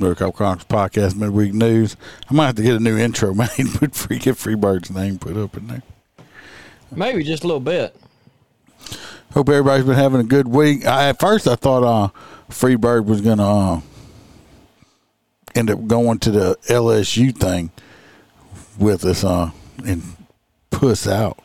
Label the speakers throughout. Speaker 1: Motor Cop Chronicles Podcast Midweek News. I might have to get a new intro made, but free get Freebird's name put up in there.
Speaker 2: Maybe just a little bit.
Speaker 1: Hope everybody's been having a good week. I, at first, I thought uh, Freebird was going to uh, end up going to the LSU thing with us uh, and puss out.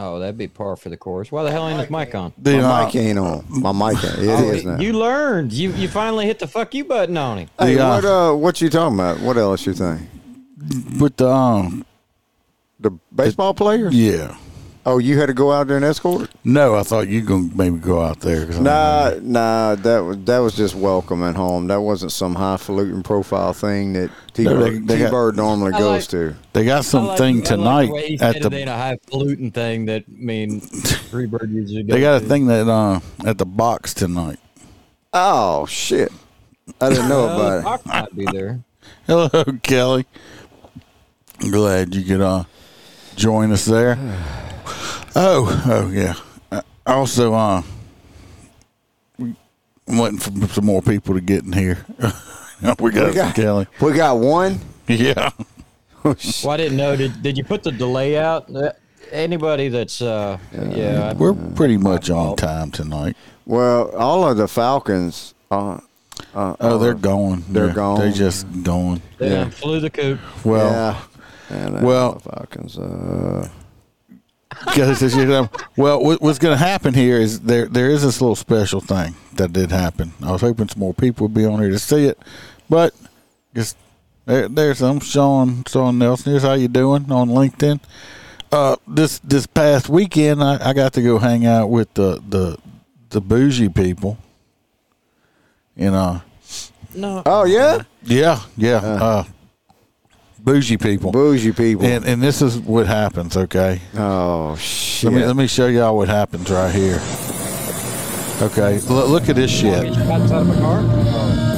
Speaker 2: Oh, that'd be par for the course. Why the hell ain't his mic on?
Speaker 1: Then,
Speaker 3: My
Speaker 1: uh, Oh,
Speaker 3: mic ain't Oh, on. My mic ain't. It is now.
Speaker 2: You learned. You you finally hit the fuck you button on him.
Speaker 3: hey,
Speaker 1: The, uh,
Speaker 3: what uh, what you talking about? What else you think?
Speaker 1: with the, um,
Speaker 3: The baseball player?
Speaker 1: yeah.
Speaker 3: Oh, you had to go out there and escort?
Speaker 1: No, I thought you going to maybe go out there. 'cause I-
Speaker 3: Nah, nah. That was that was just welcoming home. That wasn't some highfalutin profile thing that T
Speaker 1: No, they-
Speaker 3: Bird
Speaker 1: they got-
Speaker 3: normally
Speaker 2: I
Speaker 3: goes
Speaker 2: like-
Speaker 3: to.
Speaker 1: They got something tonight at the
Speaker 2: a highfalutin thing that I mean Freebird usually
Speaker 1: They got a thing that uh, at the box tonight.
Speaker 3: Oh shit! I didn't know
Speaker 2: Oh,
Speaker 3: about it.
Speaker 2: Doc might be there.
Speaker 1: Hello, Kelly. I'm glad you could uh, join us there. Oh, oh yeah. Uh, Also, uh, I'm waiting for some more people to get in here. we got,
Speaker 3: We got-
Speaker 1: Kelly.
Speaker 3: We got one.
Speaker 1: Yeah. Oh,
Speaker 2: Well, I didn't know. Did did you put the delay out? Uh, Anybody that's uh yeah,
Speaker 1: We're pretty much on time tonight.
Speaker 3: Well, all of the Falcons. Uh,
Speaker 1: Oh, they're going.
Speaker 3: They're gone.
Speaker 1: They're just going.
Speaker 2: they
Speaker 3: yeah.
Speaker 2: done flew the coop.
Speaker 1: Well,
Speaker 3: yeah. And, uh,
Speaker 1: well-
Speaker 3: Falcons. Uh,
Speaker 1: Because it's, you know, well, what, what's going to happen here is there there is this little special thing that did happen. I was hoping some more people would be on here to see it, but just there, there's I'm Sean Sean Nelson. Here's how you doing on LinkedIn. Uh, this this past weekend, I, I got to go hang out with the the the bougie people. You know,
Speaker 2: No,
Speaker 3: oh yeah,
Speaker 1: yeah, yeah, uh, bougie people.
Speaker 3: bougie people.
Speaker 1: and and this is what happens. Okay,
Speaker 3: oh shit!
Speaker 1: Let me let me show y'all what happens right here. Okay, l- look at this shit.
Speaker 2: outside of a car.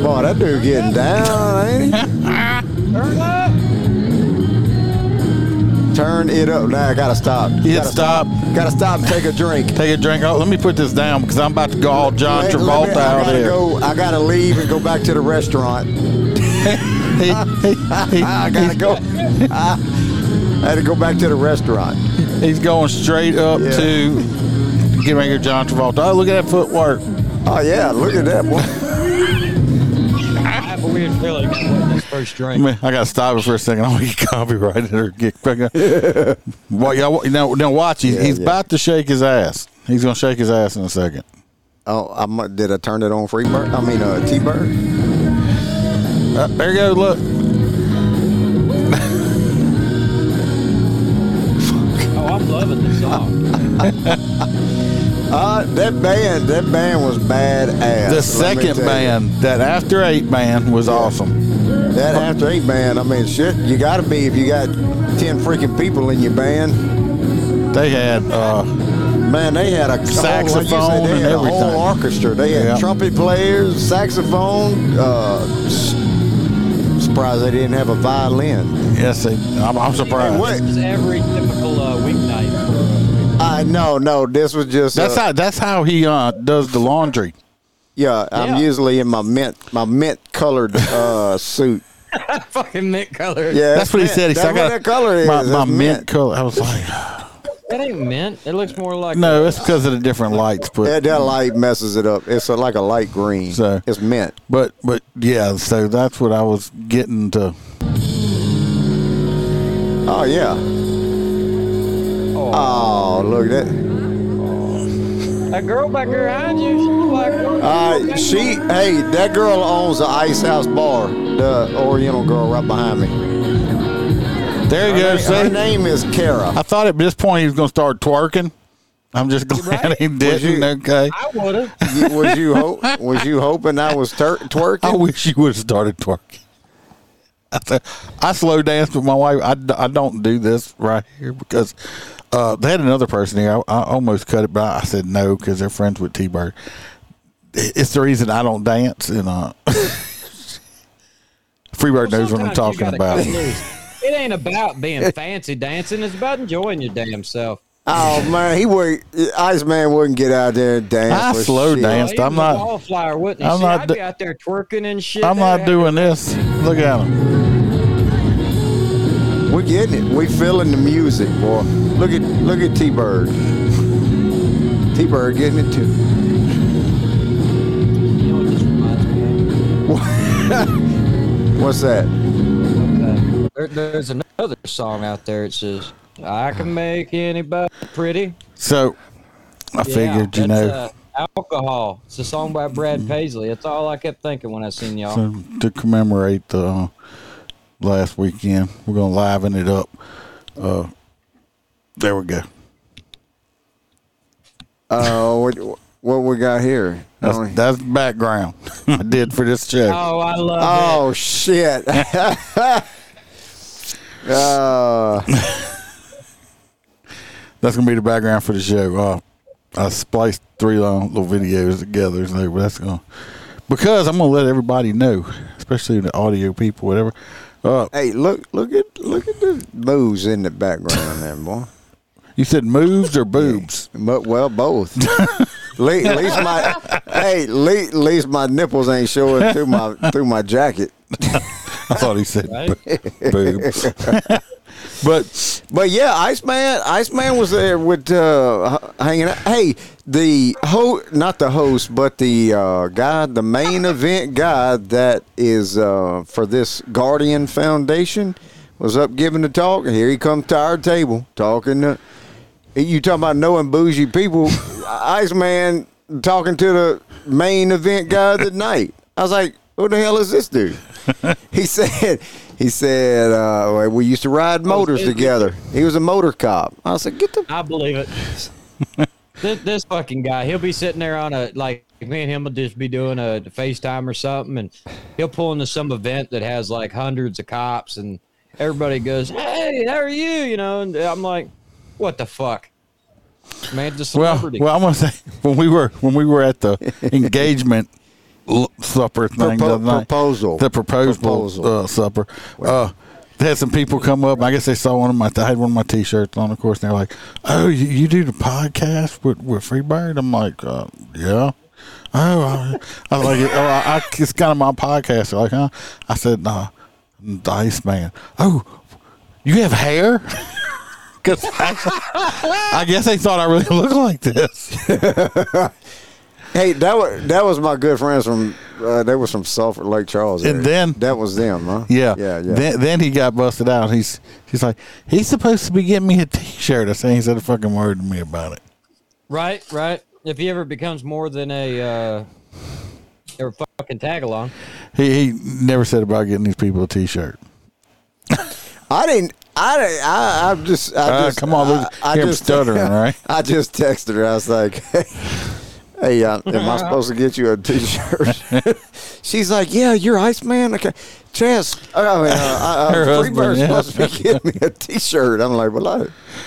Speaker 3: Boy, that dude getting down, ain't he?
Speaker 2: Turn up.
Speaker 3: Turn it up. Now I gotta stop. You
Speaker 1: Hit
Speaker 3: gotta
Speaker 1: stop.
Speaker 3: Gotta stop and take a drink.
Speaker 1: Take a drink. Oh, let me put this down because I'm about to go all John
Speaker 3: Hey, let me- I
Speaker 1: Travolta out
Speaker 3: gotta
Speaker 1: here.
Speaker 3: go. I gotta leave and go back to the restaurant.
Speaker 1: He- he-
Speaker 3: I gotta go. I, I had to go back to the restaurant.
Speaker 1: he- he's going straight up
Speaker 3: Yeah.
Speaker 1: to get right here, John Travolta. Oh, look at that footwork.
Speaker 3: Oh yeah, look at that boy.
Speaker 2: I have a weird feeling that wasn't his first
Speaker 1: I,
Speaker 2: drink.
Speaker 1: mean, I gotta stop it for a second. I'm gonna get copyrighted or get. well, y'all now now watch. He's,
Speaker 3: Yeah,
Speaker 1: he's
Speaker 3: yeah.
Speaker 1: about to shake his ass. He's gonna shake his ass in a second.
Speaker 3: Oh, I mu- did I turn it on free bird? I mean, uh, T bird.
Speaker 1: Uh, there you go. Look.
Speaker 2: Oh, I'm loving this song.
Speaker 3: Uh, that band, that band was badass. Let
Speaker 1: The
Speaker 3: me
Speaker 1: second
Speaker 3: tell you.
Speaker 1: band, that after eight band, was awesome.
Speaker 3: that after eight band. I mean, shit, you gotta be if you got ten freaking people in your band.
Speaker 1: They had uh,
Speaker 3: Man, they had a
Speaker 1: Saxophone
Speaker 3: whole, like you said, they
Speaker 1: and
Speaker 3: had A
Speaker 1: everything.
Speaker 3: whole orchestra. They had
Speaker 1: Yeah.
Speaker 3: trumpet players, saxophone. Uh, s- surprised they didn't have a violin.
Speaker 1: yes, they, I'm, I'm surprised.
Speaker 3: What?
Speaker 2: This is every typical uh, weeknight.
Speaker 3: I no, no. This was just.
Speaker 1: That's
Speaker 3: uh,
Speaker 1: how that's how he uh, does the laundry.
Speaker 3: yeah, I'm
Speaker 2: Yeah.
Speaker 3: usually in my mint, my mint colored uh, suit.
Speaker 2: Fucking mint color.
Speaker 3: Yeah,
Speaker 1: That's what he said. He
Speaker 3: That's
Speaker 1: said, I
Speaker 3: what
Speaker 1: got
Speaker 3: that color is.
Speaker 1: my, my
Speaker 3: That's
Speaker 1: mint color. I was like,
Speaker 2: That ain't mint. It looks more like
Speaker 1: no, it's because of the different lights.
Speaker 3: That,
Speaker 1: But
Speaker 3: that light messes it up. It's uh like a light green.
Speaker 1: So-
Speaker 3: it's mint.
Speaker 1: but but yeah, so that's what I was getting to.
Speaker 3: Oh yeah. Oh, look at that.
Speaker 2: That girl back there behind you. She look like "Oh,
Speaker 3: Uh, she, hey, that girl owns the Ice House Bar. The Oriental girl right behind me.
Speaker 1: There you
Speaker 3: Her, name,
Speaker 1: go.
Speaker 3: her
Speaker 1: See,
Speaker 3: name is Kara.
Speaker 1: I thought at this point he was going to start twerking. I'm just glad
Speaker 2: right.
Speaker 1: he didn't.
Speaker 3: you-
Speaker 1: Okay.
Speaker 2: I would have.
Speaker 3: You- was you hope? Was you hoping I was tur- twerking?
Speaker 1: I wish you would have started twerking. I, th- I slow danced with my wife. I, d- I don't do this right here because uh, they had another person here. I, I almost cut it, but I said no because they're friends with T Bird. I- It's the reason I don't dance. And uh, Freebird knows what I'm talking about.
Speaker 2: It ain't about being fancy dancing. It's about enjoying your damn self.
Speaker 3: Oh man, he would. Iceman wouldn't get out there and dance.
Speaker 1: I
Speaker 3: with
Speaker 1: slow
Speaker 3: shit.
Speaker 1: dance.
Speaker 2: Well,
Speaker 1: I'm
Speaker 2: he was a
Speaker 1: not-
Speaker 2: Wallflower, wouldn't he?
Speaker 1: I'm
Speaker 2: See,
Speaker 1: not
Speaker 2: I'd
Speaker 1: do-
Speaker 2: be out there twerking and shit.
Speaker 1: I'm
Speaker 2: They'd
Speaker 1: not
Speaker 2: have-
Speaker 1: doing this. Look at him.
Speaker 3: We're getting it. We feeling the music, boy. Look at look at T Bird. T Bird getting it too.
Speaker 2: You know, it just reminds me of-
Speaker 3: What's that?
Speaker 2: Okay. Uh, There, there's another song out there. It says, "I can make anybody pretty."
Speaker 1: So I figured, you know.
Speaker 2: that's, uh, alcohol. It's a song by Brad Paisley. That's all I kept thinking when I seen y'all.
Speaker 1: So, to commemorate the uh, last weekend, we're gonna liven it up. Uh, there we go.
Speaker 3: Uh, what what we got here?
Speaker 1: That's, that's background I did for this check.
Speaker 2: oh, I love
Speaker 3: oh shit. uh,
Speaker 1: That's gonna be the background for the show. Uh, I spliced three long little videos together, so that's gonna because I'm gonna let everybody know, especially the audio people, whatever. Uh,
Speaker 3: hey, look look at look at the booze in the background there, boy.
Speaker 1: you said moves or boobs?
Speaker 3: But well, both. Le- at least my hey, le- at least my nipples ain't showing through my through my jacket.
Speaker 1: I thought he said
Speaker 2: Right.
Speaker 1: bo- boobs, but
Speaker 3: But yeah, Iceman, Iceman was there with uh, h- hanging out. Hey, the ho not the host, but the uh, guy, the main event guy that is uh, for this Guardian Foundation was up giving the talk. And here he comes to our table talking to you talking about knowing bougie people. Iceman talking to the main event guy of the night. I was like, who the hell is this dude? he said, he said, uh, we used to ride
Speaker 1: Oh,
Speaker 3: motors together. He was a motor cop. I said, get the
Speaker 2: it. I believe it. this, this fucking guy, he'll be sitting there on a like me and him will just be doing a FaceTime or something, and he'll pull into some event that has like hundreds of cops, and everybody goes, "Hey, how are you?" You know, and I'm like, "What the fuck, man? Just
Speaker 1: Well,
Speaker 2: celebrity."
Speaker 1: well, I'm gonna say when we were when we were at the engagement l- supper thing, the,
Speaker 3: Propo-
Speaker 1: other night,
Speaker 3: proposal.
Speaker 1: the proposal,
Speaker 3: Proposal.
Speaker 1: Uh, supper. Uh, they had some people come up. and I guess they saw one of my. I had one of my T-shirts on, of course. And they're like, "Oh, you, you do the podcast with with Freebird?" I'm like, uh, "Yeah." Oh, I, I was like, "Oh, I, I, it's kind of my podcast." They're like, "Huh?" I said, "Nah, the Iceman." Oh, you have hair? Because I guess they thought I really looked like this.
Speaker 3: hey that was that was my good friends from uh, they was from Sulphur Lake Charles.
Speaker 1: And
Speaker 3: area.
Speaker 1: then-
Speaker 3: that was them, huh?
Speaker 1: Yeah,
Speaker 3: yeah, yeah.
Speaker 1: Then, then he got busted out. He's he's like he's supposed to be getting me a T-shirt. I said he said a fucking word to me about it.
Speaker 2: Right, right. If he ever becomes more than a uh, or fucking tag along,
Speaker 1: He, he never said about getting these people a T-shirt.
Speaker 3: I didn't. I, didn't- I, I just, I
Speaker 1: Ah,
Speaker 3: just
Speaker 1: come on, look,
Speaker 3: I, I
Speaker 1: hear him stuttering, right?
Speaker 3: I just texted her. I was like, "Hey, uh, am I supposed to get you a T-shirt?" She's like, "Yeah, you're Iceman." Okay, Chess. Oh, I mean, uh, uh,
Speaker 1: Her husband,
Speaker 3: Freebird's
Speaker 1: yeah.
Speaker 3: supposed to be getting me a T-shirt. I'm like, "Well, I,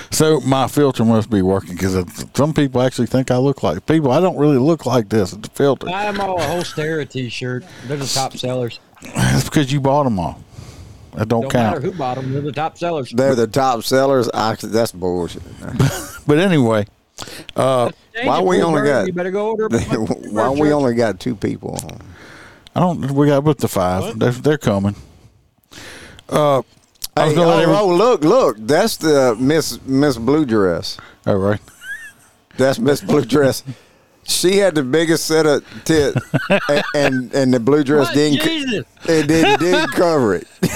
Speaker 1: So my filter must be working because some people actually think I look like people. I don't really look like this. It's a filter.
Speaker 2: buy them all a whole Stera T-shirt. They're the top sellers.
Speaker 1: It's because you bought them all. That don't,
Speaker 2: Don't matter
Speaker 1: count.
Speaker 2: who bought them. They're the top sellers.
Speaker 3: they're the top sellers." I, that's bullshit.
Speaker 1: But anyway,
Speaker 2: Change
Speaker 3: Uh, why
Speaker 2: it,
Speaker 3: we
Speaker 2: Blue
Speaker 3: only
Speaker 2: Bird,
Speaker 3: got-
Speaker 2: You better go order. a fucking
Speaker 3: Why we
Speaker 2: shirt.
Speaker 3: only got two people? on?
Speaker 1: I don't. We got up to five. They're, they're coming. Uh, I was
Speaker 3: Hey,
Speaker 1: gonna let every-
Speaker 3: oh, oh, look, look, that's the Miss Miss Blue Dress.
Speaker 1: all Oh, right.
Speaker 3: That's Miss Blue Dress. She had the biggest set of tit, and and, and the blue dress
Speaker 2: What?
Speaker 3: didn't co-
Speaker 2: Jesus.
Speaker 3: it didn't, didn't cover it.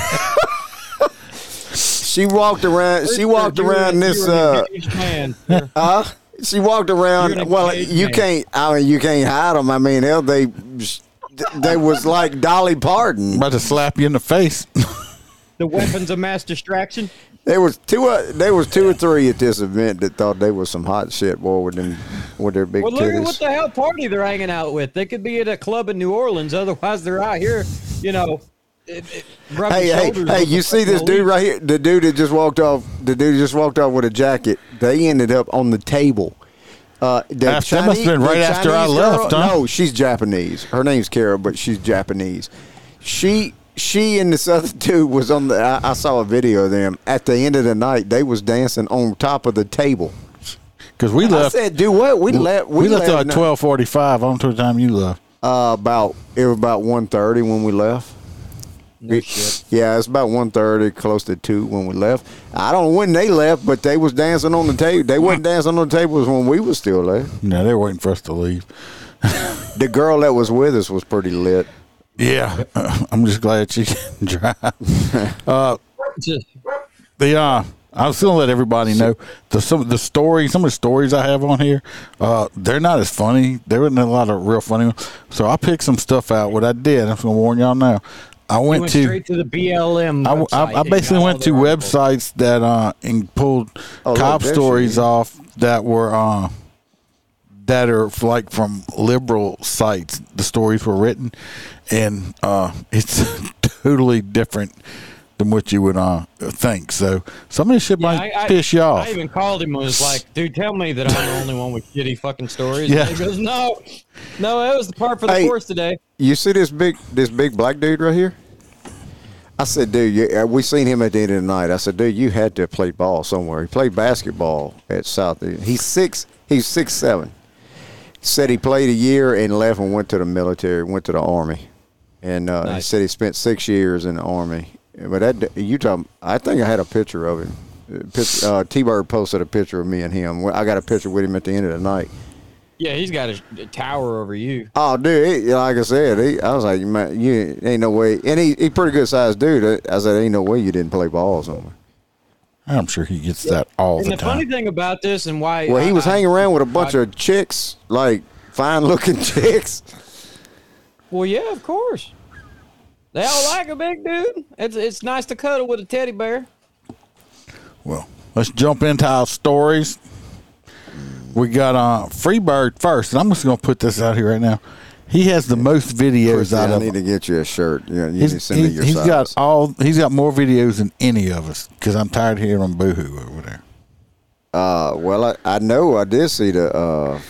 Speaker 3: she walked around. She walked
Speaker 2: You're
Speaker 3: around
Speaker 2: an-
Speaker 3: this.
Speaker 2: you're an
Speaker 3: Uh,
Speaker 2: engaged man. You're-
Speaker 3: huh? She walked
Speaker 2: You're
Speaker 3: around.
Speaker 2: an
Speaker 3: Well,
Speaker 2: engaged
Speaker 3: you
Speaker 2: man.
Speaker 3: can't. I mean, you can't hide them. I mean, hell, they they was like Dolly Parton.
Speaker 1: about to slap you in the face.
Speaker 2: the weapons of mass distraction.
Speaker 3: There was two. Uh, there was two or three at this event that thought they was some hot shit, boy, with them with their big
Speaker 2: Well, look at what
Speaker 3: titties.
Speaker 2: the hell party they're hanging out with. They could be at a club in New Orleans. Otherwise, they're out here, you know, it- it- rubbing
Speaker 3: Hey, hey,
Speaker 2: shoulders
Speaker 3: hey!
Speaker 2: with
Speaker 3: You
Speaker 2: the
Speaker 3: see this
Speaker 2: fucking
Speaker 3: dude
Speaker 2: elite.
Speaker 3: right here? The dude that just walked off. The dude just walked off with a jacket. They ended up on the table. Uh, the
Speaker 1: After- that must have been
Speaker 3: the
Speaker 1: right after I
Speaker 3: Chinese
Speaker 1: left,
Speaker 3: girl-
Speaker 1: huh?
Speaker 3: No, she's Japanese. Her name's Kara, but she's Japanese. She she and this other dude was on the. I, I saw a video of them at the end of the night. They was dancing on top of the table.
Speaker 1: Because we
Speaker 3: I
Speaker 1: left.
Speaker 3: said, "Do what? We left.
Speaker 1: we, left
Speaker 3: left
Speaker 1: at
Speaker 3: no-
Speaker 1: twelve forty-five. I don't know what time you left.
Speaker 3: Uh, about it was about one thirty when we left.
Speaker 2: No
Speaker 3: It-
Speaker 2: shit.
Speaker 3: Yeah, it's about one thirty, close to two when we left. I don't know when they left, but they was dancing on the table. They wasn't dancing on the tables when we was still there.
Speaker 1: No, they were waiting for us to leave.
Speaker 3: The girl that was with us was pretty lit.
Speaker 1: Yeah, I'm just glad she didn't drive. Uh,
Speaker 2: Just-
Speaker 1: The uh, I was gonna let everybody know the some of the story, some of the stories I have on here. Uh, they're not as funny. There wasn't a lot of real funny ones. So I picked some stuff out. What I did, I'm just gonna warn y'all now. I
Speaker 2: he
Speaker 1: went,
Speaker 2: went
Speaker 1: to
Speaker 2: straight to the BLM.
Speaker 1: I, I-
Speaker 2: website
Speaker 1: I
Speaker 2: and
Speaker 1: basically
Speaker 2: got
Speaker 1: went
Speaker 2: all
Speaker 1: to
Speaker 2: their articles.
Speaker 1: websites that uh and pulled
Speaker 3: Oh, look,
Speaker 1: cop
Speaker 3: there she
Speaker 1: stories
Speaker 3: is.
Speaker 1: off that were uh that are f- like from liberal sites. The stories were written, and uh it's totally different than what you would uh think. So some of this shit might
Speaker 2: I- I-
Speaker 1: piss you off.
Speaker 2: I even called him and was like, dude, tell me that I'm the only one with shitty fucking stories.
Speaker 1: Yeah.
Speaker 2: And He goes, no, no, that was the part for the
Speaker 3: Hey.
Speaker 2: course today.
Speaker 3: You see this big this big black dude right here? I said, dude, you, uh, we seen him at the end of the night. I said, dude, you had to play ball somewhere. He played basketball at South. E, He's six. He's six seven. Said he played a year and left and went to the military. Went to the army, and uh, he
Speaker 2: Nice.
Speaker 3: said he spent six years in the army. But that you talking, I think I had a picture of him. Uh, pic- Uh, T Bird posted a picture of me and him. Well, I got a picture with him at the end of the night.
Speaker 2: Yeah, he's got a, a tower over you.
Speaker 3: Oh, dude! He, like I said, he, I was like, man, you ain't no way. And he, he pretty good sized dude. I said, ain't no way you didn't play ball somewhere.
Speaker 1: I'm sure he gets that all
Speaker 2: And
Speaker 1: the
Speaker 2: the funny
Speaker 1: time.
Speaker 2: thing about this and why
Speaker 3: Well, he
Speaker 2: I-
Speaker 3: was
Speaker 2: I-
Speaker 3: hanging around with a bunch of chicks, like fine looking chicks.
Speaker 2: Well, yeah, of course. They all like a big dude. It's it's nice to cuddle with a teddy bear.
Speaker 1: Well, let's jump into our stories. We got uh Freebird first, and I'm just gonna put this out here right now. He has the most videos
Speaker 3: Christy,
Speaker 1: out
Speaker 3: I
Speaker 1: of
Speaker 3: need to get you a shirt. Yeah, you need to
Speaker 1: He's,
Speaker 3: send me
Speaker 1: he's-
Speaker 3: your
Speaker 1: he's
Speaker 3: size.
Speaker 1: got all. He's got more videos than any of us because I'm tired of hearing on Boohoo over there.
Speaker 3: uh, well, I, I know I did see the. Uh,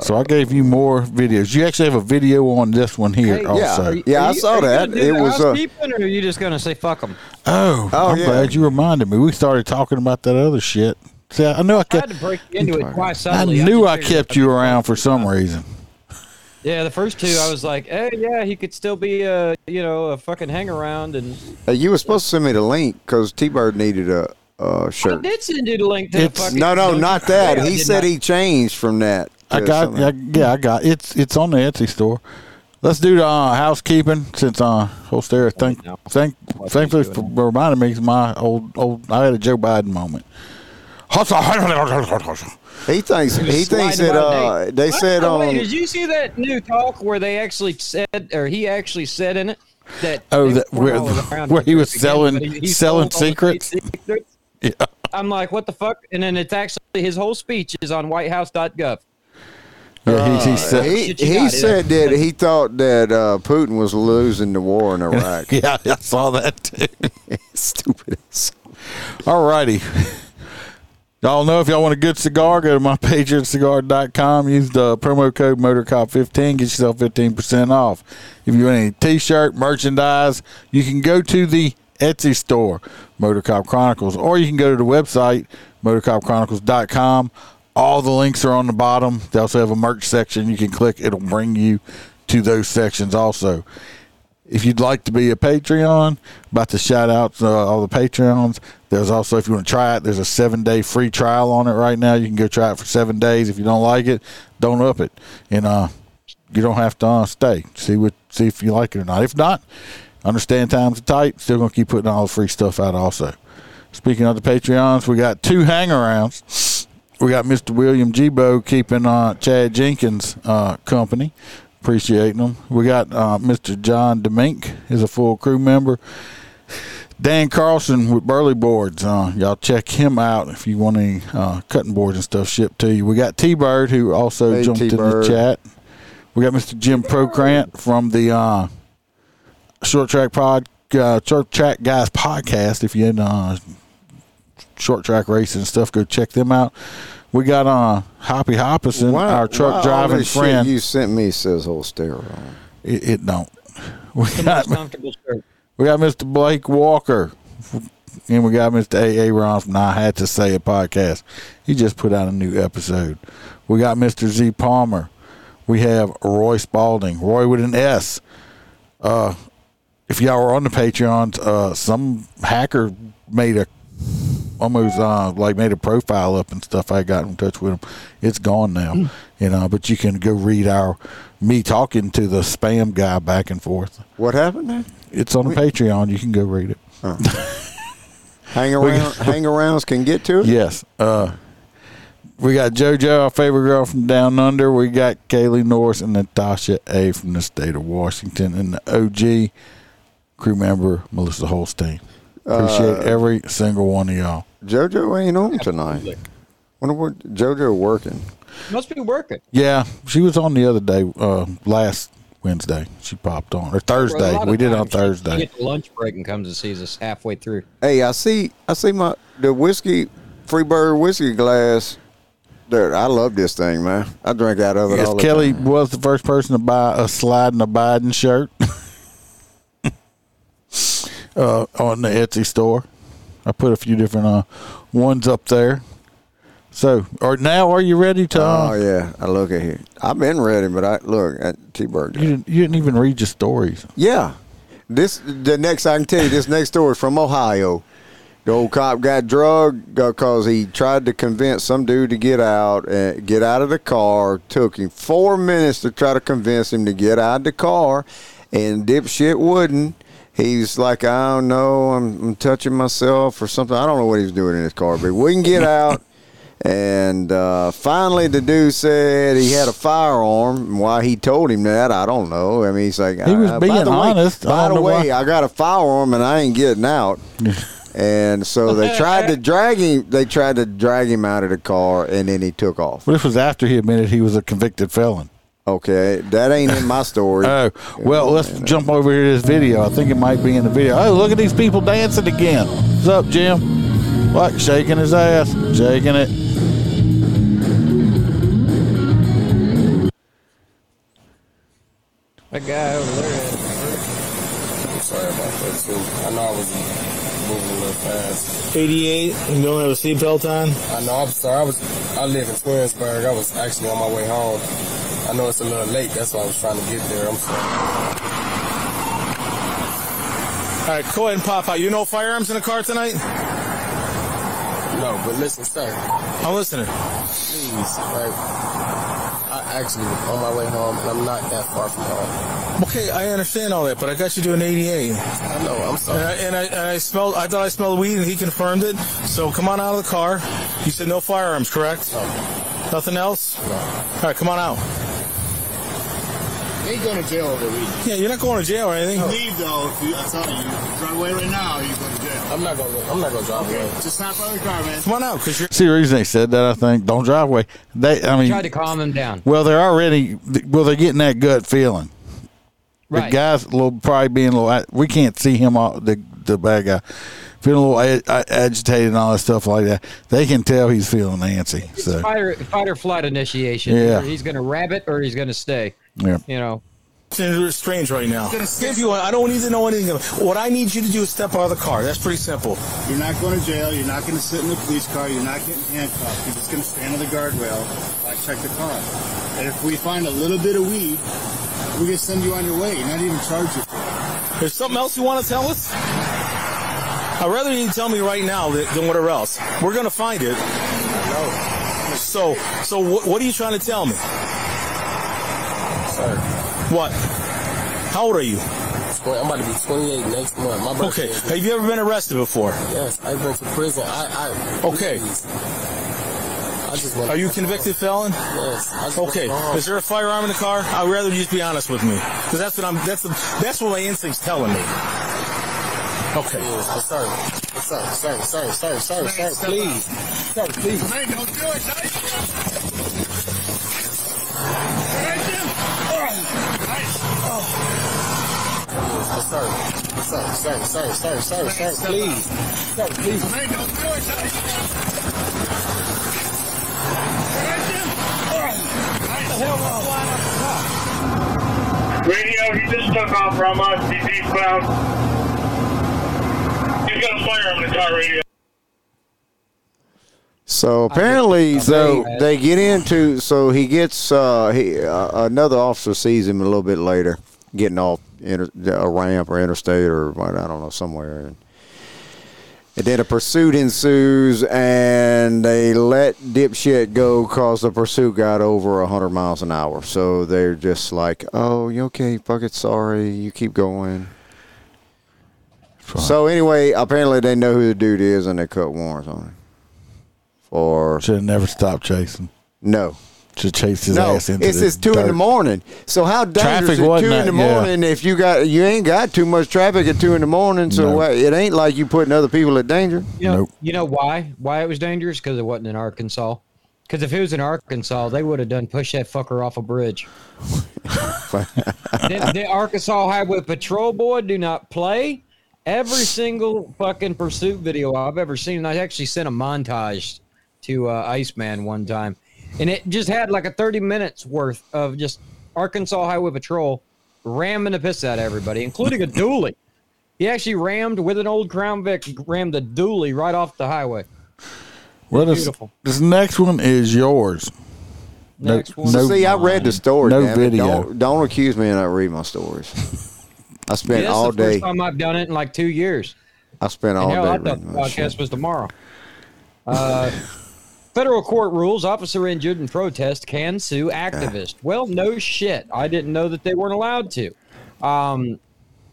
Speaker 1: so I gave you more videos. You actually have a video on this one here
Speaker 2: Hey, yeah,
Speaker 1: also.
Speaker 3: are you- Oh, Yeah, I saw that.
Speaker 2: gonna do
Speaker 3: It
Speaker 2: the
Speaker 3: was, uh,
Speaker 2: housekeeping, or are you just gonna say fuck them?
Speaker 1: oh,
Speaker 3: Oh,
Speaker 1: I'm
Speaker 3: yeah.
Speaker 1: glad you reminded me. We started talking about that other shit. See, I knew I
Speaker 2: I had
Speaker 1: kept.
Speaker 2: to break into it twice.
Speaker 1: I
Speaker 2: Subtly.
Speaker 1: knew
Speaker 2: just
Speaker 1: I
Speaker 2: figured
Speaker 1: kept
Speaker 2: it out.
Speaker 1: you around for some reason.
Speaker 2: Yeah, the first two, I was like, hey, yeah, he could still be a you know a fucking hang around, and
Speaker 3: hey, you were supposed to send me the link because T Bird needed a, a
Speaker 2: I
Speaker 3: shirt.
Speaker 2: did send you the link to
Speaker 1: It's-
Speaker 2: the fucking.
Speaker 3: No, no, not that.
Speaker 2: Yeah, I
Speaker 3: He
Speaker 2: did
Speaker 3: said
Speaker 2: not.
Speaker 3: he changed from that.
Speaker 1: I
Speaker 3: to
Speaker 1: got.
Speaker 3: something.
Speaker 1: I, yeah, I got. It's it's on the Etsy store. Let's do the uh, housekeeping since uh, Holster. Thank,
Speaker 2: now.
Speaker 1: thank, thankfully for reminding me. 'cause My old old. I had a Joe Biden moment.
Speaker 3: He thinks he
Speaker 2: Just
Speaker 3: thinks
Speaker 2: sliding
Speaker 3: that
Speaker 2: by
Speaker 3: uh,
Speaker 2: Nate.
Speaker 3: they
Speaker 2: By
Speaker 3: said
Speaker 2: the
Speaker 3: on
Speaker 2: way, did you see that new talk where they actually said, or he actually said in it that?
Speaker 1: Oh,
Speaker 2: they
Speaker 1: that-
Speaker 2: were
Speaker 1: where-
Speaker 2: all around
Speaker 1: where he was
Speaker 2: again,
Speaker 1: selling-
Speaker 2: but he
Speaker 1: selling
Speaker 2: sold all the
Speaker 1: secrets?
Speaker 2: secrets?
Speaker 1: Yeah.
Speaker 2: I'm like, what the fuck? And then it's actually his whole speech is on WhiteHouse.gov.
Speaker 1: Yeah, he, he said,
Speaker 3: Uh, he,
Speaker 2: Shit, you
Speaker 3: he
Speaker 2: got it.
Speaker 3: said that he thought that uh, Putin was losing the war in Iraq.
Speaker 1: yeah, I saw that too.
Speaker 3: Stupid. ass.
Speaker 1: All righty. Y'all know if y'all want a good cigar, go to my page at cigar.com. Use the promo code MotorCop15. Get yourself 15% off. If you want any t shirt, merchandise, you can go to the Etsy store, MotorCop Chronicles, or you can go to the website, MotorCopChronicles.com. All the links are on the bottom. They also have a merch section you can click, it'll bring you to those sections also. If you'd like to be a Patreon, about to shout out uh, all the Patreons. There's also, if you want to try it, there's a seven day free trial on it right now. You can go try it for seven days. If you don't like it, don't up it, and uh, you don't have to uh, stay. See what, see if you like it or not. If not, understand times are tight. Still gonna keep putting all the free stuff out. Also, speaking of the Patreons, we got two hangarounds. We got Mr. William Gebo keeping uh, Chad Jenkins uh, company. Appreciating them. We got uh, Mr. John Demink is a full crew member. Dan Carlson with Burley Boards. Uh, y'all check him out if you want any uh, cutting boards and stuff shipped to you. We got T Bird who also
Speaker 3: Hey,
Speaker 1: jumped in
Speaker 3: T-Bird.
Speaker 1: the chat. We got Mr. Jim Procrant from the uh, Short Track Pod, uh, Short Track Guys podcast. If you're in uh, short track racing and stuff, go check them out. We got uh, Hoppy Hoppison,
Speaker 3: Why-
Speaker 1: our
Speaker 3: why all
Speaker 1: truck driving
Speaker 3: this shit
Speaker 1: friend.
Speaker 3: you sent me says Holstera.
Speaker 1: it, it don't. We
Speaker 2: The
Speaker 1: got
Speaker 2: most comfortable shirt.
Speaker 1: we got Mr. Blake Walker, and we got Mr. A. A. Ron from I Had to Say a podcast. He just put out a new episode. We got Mr. Z. Palmer. We have Roy Spalding, Roy with an S. Uh, if y'all were on the Patreons, uh, some hacker made a almost uh, like made a profile up and stuff. I got in touch with him. It's gone now, you know. But you can go read our me talking to the spam guy back and forth.
Speaker 3: What happened there?
Speaker 1: It's on the Patreon. You can go read it.
Speaker 3: Oh. Hang around, hang arounds can get to it.
Speaker 1: Yes. Uh, we got JoJo, our favorite girl from down under. We got Kaylee Norris and Natasha A from the state of Washington, and the OG crew member Melissa Holstein.
Speaker 3: Uh,
Speaker 1: Appreciate every single one of y'all.
Speaker 3: JoJo ain't on tonight. Wonder what JoJo working.
Speaker 2: Must be working.
Speaker 1: Yeah, she was on the other day, uh, last Wednesday. She popped on or
Speaker 2: For a
Speaker 1: Thursday.
Speaker 2: lot
Speaker 1: We
Speaker 2: of
Speaker 1: did it on
Speaker 2: times, she- she
Speaker 1: Thursday.
Speaker 2: gets a lunch break and comes and sees us halfway through.
Speaker 3: Hey, I see, I see my the whiskey, Freebird whiskey glass. Dude, I love this thing, man. I drink out of it
Speaker 1: Yes,
Speaker 3: all the
Speaker 1: Kelly
Speaker 3: time.
Speaker 1: was the first person to buy a sliding a Biden shirt uh, on the Etsy store. I put a few different uh, ones up there. So, or now, are you ready to? uh,
Speaker 3: Oh yeah, I look at here. I've been ready, but I look at T-Bird.
Speaker 1: you, didn't, you didn't even read your stories.
Speaker 3: Yeah. This the next I can tell you this next story is from Ohio. The old cop got drugged because he tried to convince some dude to get out and get out of the car. Took him four minutes to try to convince him to get out of the car, and dipshit wouldn't. He's like, I don't know, I'm, I'm touching myself or something. I don't know what he was doing in his car, but he wouldn't get out. And uh, finally, the dude said he had a firearm. Why he told him that, I don't know. I mean, he's like,
Speaker 1: He was
Speaker 3: uh,
Speaker 1: being
Speaker 3: by the
Speaker 1: honest. I
Speaker 3: Way, by the
Speaker 1: don't know
Speaker 3: way,
Speaker 1: why.
Speaker 3: I got a firearm and I ain't getting out. and so they tried to drag him. They tried to drag him out of the car, and then he took off.
Speaker 1: But this was after he admitted he was a convicted felon.
Speaker 3: Okay, that ain't in my story.
Speaker 1: Oh, well, let's jump over here to this video. I think it might be in the video. Oh, look at these people dancing again. What's up, Jim? Like shaking his ass, shaking it.
Speaker 2: That guy over there.
Speaker 4: Sorry about that too. I know I was moving a little fast.
Speaker 5: 88 and don't have a seatbelt on.
Speaker 4: I know I'm sorry. I was I live in Twinsburg. I was actually on my way home. I know it's a little late. That's why I was trying to get there. I'm sorry.
Speaker 5: All right, go ahead and pop out. You know firearms in the car tonight?
Speaker 4: No, but listen, sir.
Speaker 5: I'm listening.
Speaker 4: Please, right? I actually was on my way home, and I'm not that far from home.
Speaker 5: Okay, I understand all that, but I got you doing 88.
Speaker 4: I know. I'm sorry.
Speaker 5: And I, and I, and I smelled, I thought I smelled weed and he confirmed it. So come on out of the car. You said no firearms, correct? Nothing else? All right, come on out.
Speaker 6: They go to jail over the weekend.
Speaker 5: Yeah, you're not going to jail or anything.
Speaker 6: Leave though, if you, I tell you, drive away right now, you go to jail.
Speaker 4: I'm not gonna. I'm not gonna drive away.
Speaker 6: Just hop out of the car, man.
Speaker 5: Come on out, because you're.
Speaker 1: See the reason they said that. I think don't drive away. They, I mean,
Speaker 2: Tried to calm him down.
Speaker 1: well, they're already well, they're getting that gut feeling.
Speaker 2: Right.
Speaker 1: The guy's a little probably being a little. We can't see him all the the bad guy feeling a little ag- ag- agitated and all that stuff like that. They can tell he's feeling antsy.
Speaker 2: It's
Speaker 1: So
Speaker 2: fight, or, fight or flight initiation.
Speaker 1: Yeah.
Speaker 2: Either He's going to rabbit or he's going to stay.
Speaker 1: yeah.
Speaker 2: You know,
Speaker 5: You're strange right now. If you want, I don't need to know anything. about- What I need you to do is step out of the car. That's pretty simple.
Speaker 6: You're not going to jail. You're not going to sit in the police car. You're not getting handcuffed. You're just going to stand on the guardrail, like check the car. And if we find a little bit of weed, we're going to send you on your way. Not even charge you. for it.
Speaker 5: There's something else you want to tell us? I'd rather you tell me right now than, than whatever else. We're gonna find it. So, so wh- what are you trying to tell me?
Speaker 4: Sir,
Speaker 5: What? How old are you?
Speaker 4: it's going- I'm about to be 28 next month. My birthday.
Speaker 5: Okay.
Speaker 4: is-
Speaker 5: Have you ever been arrested before?
Speaker 4: Yes, I've been to prison. I. I
Speaker 5: Okay.
Speaker 4: please. I just want.
Speaker 5: Are you convicted felon?
Speaker 4: Yes. I just wanna
Speaker 5: Okay.
Speaker 4: go home.
Speaker 5: Is there a firearm in the car? I'd rather you just be honest with me, because that's what I'm. That's the, that's what my instincts telling me.
Speaker 7: Okay.
Speaker 8: Yes, sir. Yes, sir. Sir, sir, sir, sir, sir,
Speaker 9: step
Speaker 8: please. Sir, please.
Speaker 9: Man, don't do it. Nice. Right there. Oh, nice.
Speaker 8: Yes, sir. Yes, sir, sir, sir, sir, sir, sir,
Speaker 9: step
Speaker 8: please. Sir, please.
Speaker 9: Man, don't do it. Nice. Right there. Oh, nice.
Speaker 10: Radio, he just took off from us. He's eastbound. He's got a firearm in the car, radio.
Speaker 3: So apparently, so
Speaker 2: amazed.
Speaker 3: they get into. So he gets. Uh, he uh, another officer sees him a little bit later, getting off inter, a ramp or interstate or what, I don't know somewhere. And, and then a pursuit ensues, and they let dipshit go because the pursuit got over hundred miles an hour. So they're just like, "Oh, you okay? Fuck it, sorry. You keep going." So anyway, apparently they know who the dude is, and they cut warrants on him. For
Speaker 1: Should have never stopped chasing.
Speaker 3: no.
Speaker 1: Should chase his
Speaker 3: No,
Speaker 1: ass
Speaker 3: it's
Speaker 1: into the
Speaker 3: it's two in the
Speaker 1: dirt.
Speaker 3: morning. So how dangerous
Speaker 1: Traffic
Speaker 3: is
Speaker 1: wasn't
Speaker 3: two in
Speaker 1: that-
Speaker 3: the
Speaker 1: yeah.
Speaker 3: morning if you got you ain't got too much traffic at two in the morning? So
Speaker 1: No.
Speaker 3: wha- it ain't like you putting other people at danger.
Speaker 2: You know,
Speaker 1: Nope.
Speaker 2: you know why? Why it was dangerous? Because it wasn't in Arkansas. Because if it was in Arkansas, they would have done push that fucker off a bridge. the, the Arkansas Highway Patrol boy do not play. Every single fucking pursuit video I've ever seen, and I actually sent a montage to uh, Iceman one time, and it just had like a thirty minutes worth of just Arkansas Highway Patrol ramming the piss out of everybody, including a dually. He actually rammed with an old Crown Vic, rammed a dually right off the highway.
Speaker 1: Well, this,
Speaker 2: Beautiful.
Speaker 1: this next one is yours. No-
Speaker 2: Next one.
Speaker 1: no-
Speaker 3: See, I read the story.
Speaker 1: No
Speaker 3: damn it.
Speaker 1: video.
Speaker 3: Don't, don't accuse me of not reading my stories. I
Speaker 2: Yeah,
Speaker 3: spent
Speaker 2: this is
Speaker 3: all
Speaker 2: the
Speaker 3: day.
Speaker 2: First time I've done it in like two years.
Speaker 3: I spent all
Speaker 2: And hell,
Speaker 3: day
Speaker 2: I thought the
Speaker 3: reading my shit.
Speaker 2: podcast was tomorrow. Uh, federal court rules: officer injured in protest can sue
Speaker 3: Ah.
Speaker 2: activist. Well, no shit. I didn't know that they weren't allowed to. Um,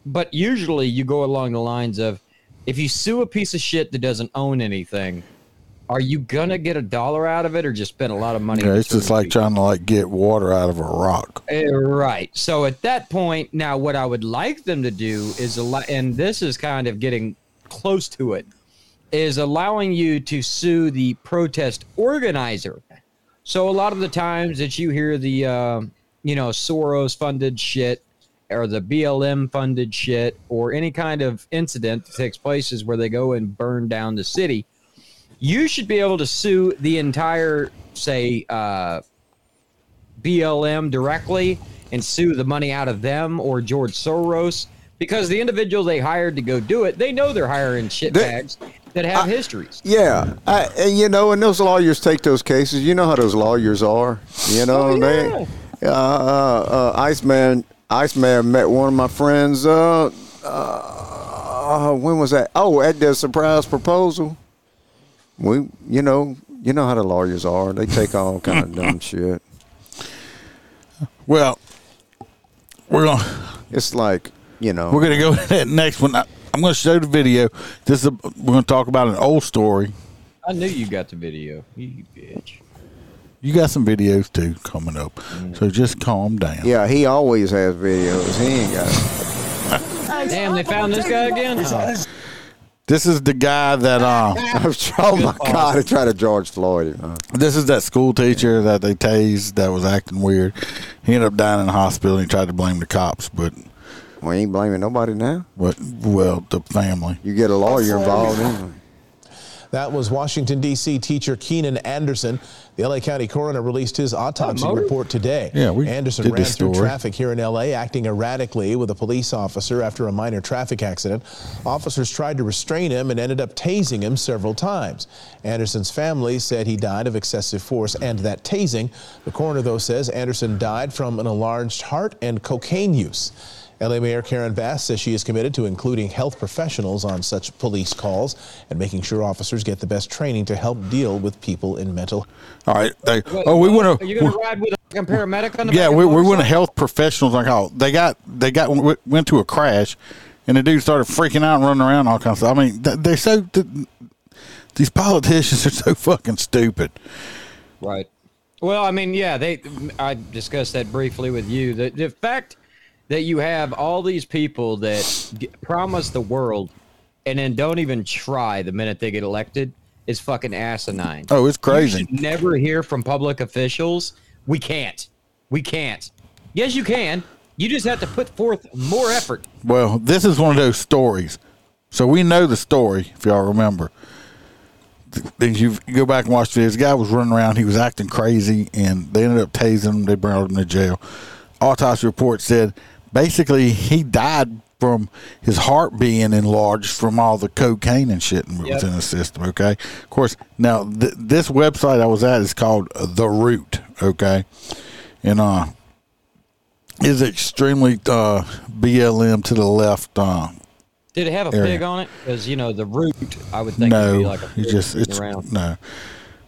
Speaker 2: but usually, you go along the lines of, if you sue a piece of shit that doesn't own anything, are you gonna get a dollar out of it or just spend a lot of money?
Speaker 1: Yeah,
Speaker 2: on
Speaker 1: it's just
Speaker 2: attorney
Speaker 1: like
Speaker 2: fees?
Speaker 1: trying to like get water out of a rock.
Speaker 2: Eh, Right. So at that point, now what I would like them to do is allow, and this is kind of getting close to it, is allowing you to sue the protest organizer. So a lot of the times that you hear the, uh, you know, Soros funded shit or the BLM funded shit or any kind of incident that takes place is where they go and burn down the city. You should be able to sue the entire, say, uh, BLM directly and sue the money out of them or George Soros because the individual they hired to go do it, they know they're hiring shitbags that have histories.
Speaker 3: Yeah, I, and you know, and those lawyers take those cases. You know how those lawyers are. You know,
Speaker 2: Oh,
Speaker 3: man. Uh, uh, uh, Iceman, Iceman met one of my friends. Uh, uh, when was that? Oh, at the surprise proposal. We, you know, you know how the lawyers are. They take all kind of dumb shit.
Speaker 1: Well, we're gonna
Speaker 3: It's like, you know,
Speaker 1: we're gonna go to that next one. I, I'm gonna show the video. This is a, we're gonna talk about an old story.
Speaker 2: I knew you got the video, you bitch.
Speaker 1: You got some videos too coming up, so just calm down.
Speaker 3: Mm. yeah, he always has videos. He ain't got.
Speaker 2: Damn, they found this guy again.
Speaker 1: This is the guy that um,
Speaker 3: Oh my God! They try to George Floyd. him, huh?
Speaker 1: this is that school teacher that they tased that was acting weird. He ended up dying in the hospital. and He tried to blame the cops, but
Speaker 3: We ain't blaming nobody now.
Speaker 1: but well, the family.
Speaker 3: You get a lawyer involved anyway.
Speaker 11: That was Washington, D.C. teacher Keenan Anderson. The L.A. County coroner released his autopsy
Speaker 2: motor?
Speaker 11: report today.
Speaker 1: Yeah, we
Speaker 11: Anderson
Speaker 1: did
Speaker 11: ran
Speaker 1: this
Speaker 11: through
Speaker 1: story.
Speaker 11: traffic here in L.A., acting erratically with a police officer after a minor traffic accident. Officers tried to restrain him and ended up tasing him several times. Anderson's family said he died of excessive force and that tasing. The coroner, though, says Anderson died from an enlarged heart and cocaine use. LA Mayor Karen Bass says she is committed to including health professionals on such police calls and making sure officers get the best training to help deal with people in mental
Speaker 1: All right, they, oh, we want
Speaker 2: Are you gonna
Speaker 1: to.
Speaker 2: ride with a fucking paramedic on the
Speaker 1: Yeah,
Speaker 2: back
Speaker 1: we,
Speaker 2: of
Speaker 1: we went
Speaker 2: the
Speaker 1: to
Speaker 2: motorcycle?
Speaker 1: health professionals. Like, oh, they got they got w- went to a crash, and the dude started freaking out and running around and all kinds of stuff. I mean, th- they're so th- these politicians are so fucking stupid.
Speaker 2: Right. Well, I mean, yeah, they. I discussed that briefly with you. The, the fact that you have all these people that g- promise the world and then don't even try the minute they get elected is fucking asinine.
Speaker 1: Oh, it's crazy.
Speaker 2: You should never hear from public officials. We can't. We can't. Yes, you can. You just have to put forth more effort.
Speaker 1: Well, this is one of those stories. So we know the story, if y'all remember. Then you go back and watch this. guy was running around. He was acting crazy, and they ended up tasing him. They brought him to jail. Autopsy report said basically he died from his heart being enlarged from all the cocaine and shit that was
Speaker 2: Yep.
Speaker 1: in his system. Okay. Of course, now th- this website I was at is called The Root. Okay. And uh, is extremely uh, BLM to the left. Uh,
Speaker 2: Did it have a
Speaker 1: Area.
Speaker 2: pig on it? Because you know the root. I would think would
Speaker 1: no,
Speaker 2: be like a
Speaker 1: you
Speaker 2: pig
Speaker 1: just
Speaker 2: sitting
Speaker 1: it's
Speaker 2: around.
Speaker 1: no.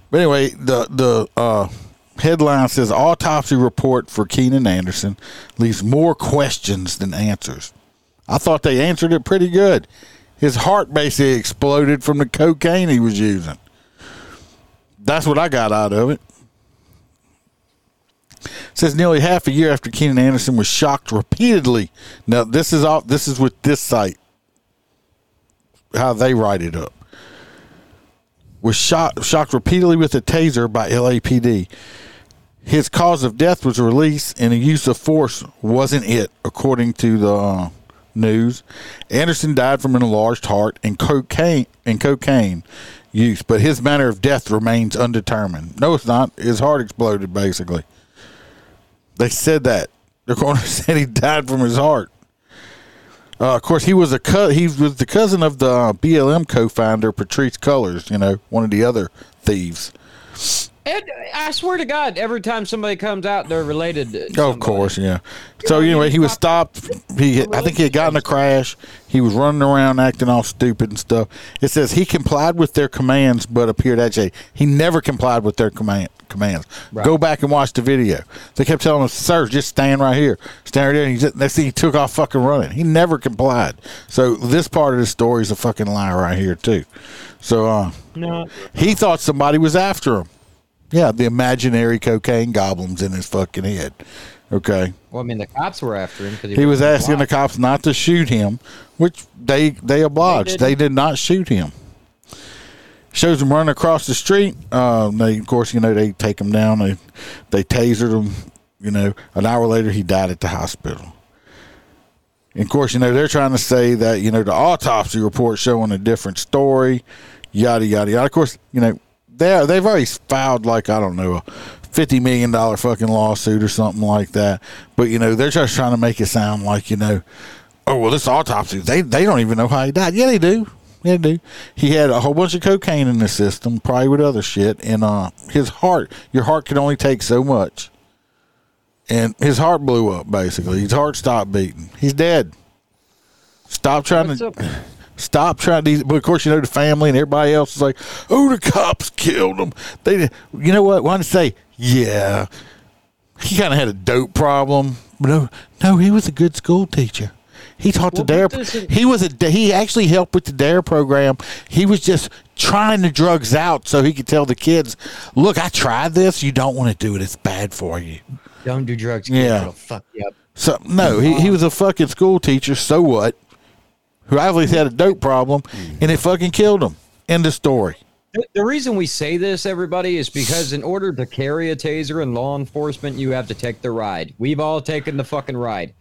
Speaker 1: But anyway, the the uh, headline says autopsy report for Keenan Anderson leaves more questions than answers. I thought they answered it pretty good. His heart basically exploded from the cocaine he was using. That's what I got out of it. Says nearly half a year after Keenan Anderson was shocked repeatedly. Now this is all this is with this site. How they write it up was shot, shocked repeatedly with a taser by LAPD. His cause of death was release, and the use of force wasn't it, according to the uh, news. Anderson died from an enlarged heart and cocaine and cocaine use, but his manner of death remains undetermined. No, it's not. His heart exploded, basically. They said that. The coroner said he died from his heart. Uh, of course, he was a co- he was the cousin of the uh, BLM co-founder Patrice Cullors. You know, one of the other thieves.
Speaker 2: And I swear to God, every time somebody comes out, they're related. To
Speaker 1: Oh,
Speaker 2: somebody.
Speaker 1: of course, yeah. So anyway, he was stopped. He, I think he had gotten a crash. He was running around acting all stupid and stuff. It says he complied with their commands, but appeared agitated. He never complied with their command commands. Go back and watch the video. They kept telling him, "Sir, just stand right here, stand right there." And he just, next thing he took off fucking running. He never complied. So this part of the story is a fucking lie right here too. So uh,
Speaker 2: No.
Speaker 1: he thought somebody was after him. Yeah, the imaginary cocaine goblins in his fucking head. Okay.
Speaker 2: Well, I mean, the cops were after him because he,
Speaker 1: He was
Speaker 2: wasn't
Speaker 1: asking the
Speaker 2: alive.
Speaker 1: cops not to shoot him, which they they obliged.
Speaker 2: They
Speaker 1: They, did not shoot him. Shows him running across the street. Um, they, of course, you know they take him down. They they tasered him. You know, an hour later he died at the hospital. And of course, you know they're trying to say that you know the autopsy report showing a different story, yada yada yada. Of course, you know they they've already filed like I don't know a fifty million dollar fucking lawsuit or something like that. But you know they're just trying to make it sound like you know, oh well this autopsy they they don't even know how he died. Yeah, they do. Yeah, they do. He had a whole bunch of cocaine in his system, probably with other shit, and uh, his heart. Your heart can only take so much. And his heart blew up. Basically, his heart stopped beating. He's dead. Stop trying
Speaker 2: What's
Speaker 1: to
Speaker 2: up?
Speaker 1: stop trying to. But of course, you know the family and everybody else is like, "Oh, the cops killed him." They, did- you know what? Wanted to say, yeah, he kind of had a dope problem, but no, no, he was a good school teacher. He taught
Speaker 2: Well,
Speaker 1: the dare.
Speaker 2: but this is-
Speaker 1: he was a he actually helped with the dare program. He was just trying the drugs out so he could tell the kids, "Look, I tried this. You don't want to do it. It's bad for you."
Speaker 2: Don't do drugs. kid.
Speaker 1: Yeah.
Speaker 2: It'll fuck you up.
Speaker 1: So no, he, he was a fucking school teacher. So what? Who obviously had a dope problem, and it fucking killed him. End of story.
Speaker 2: The- The reason we say this, everybody, is because in order to carry a taser in law enforcement, you have to take the ride. We've all taken the fucking ride.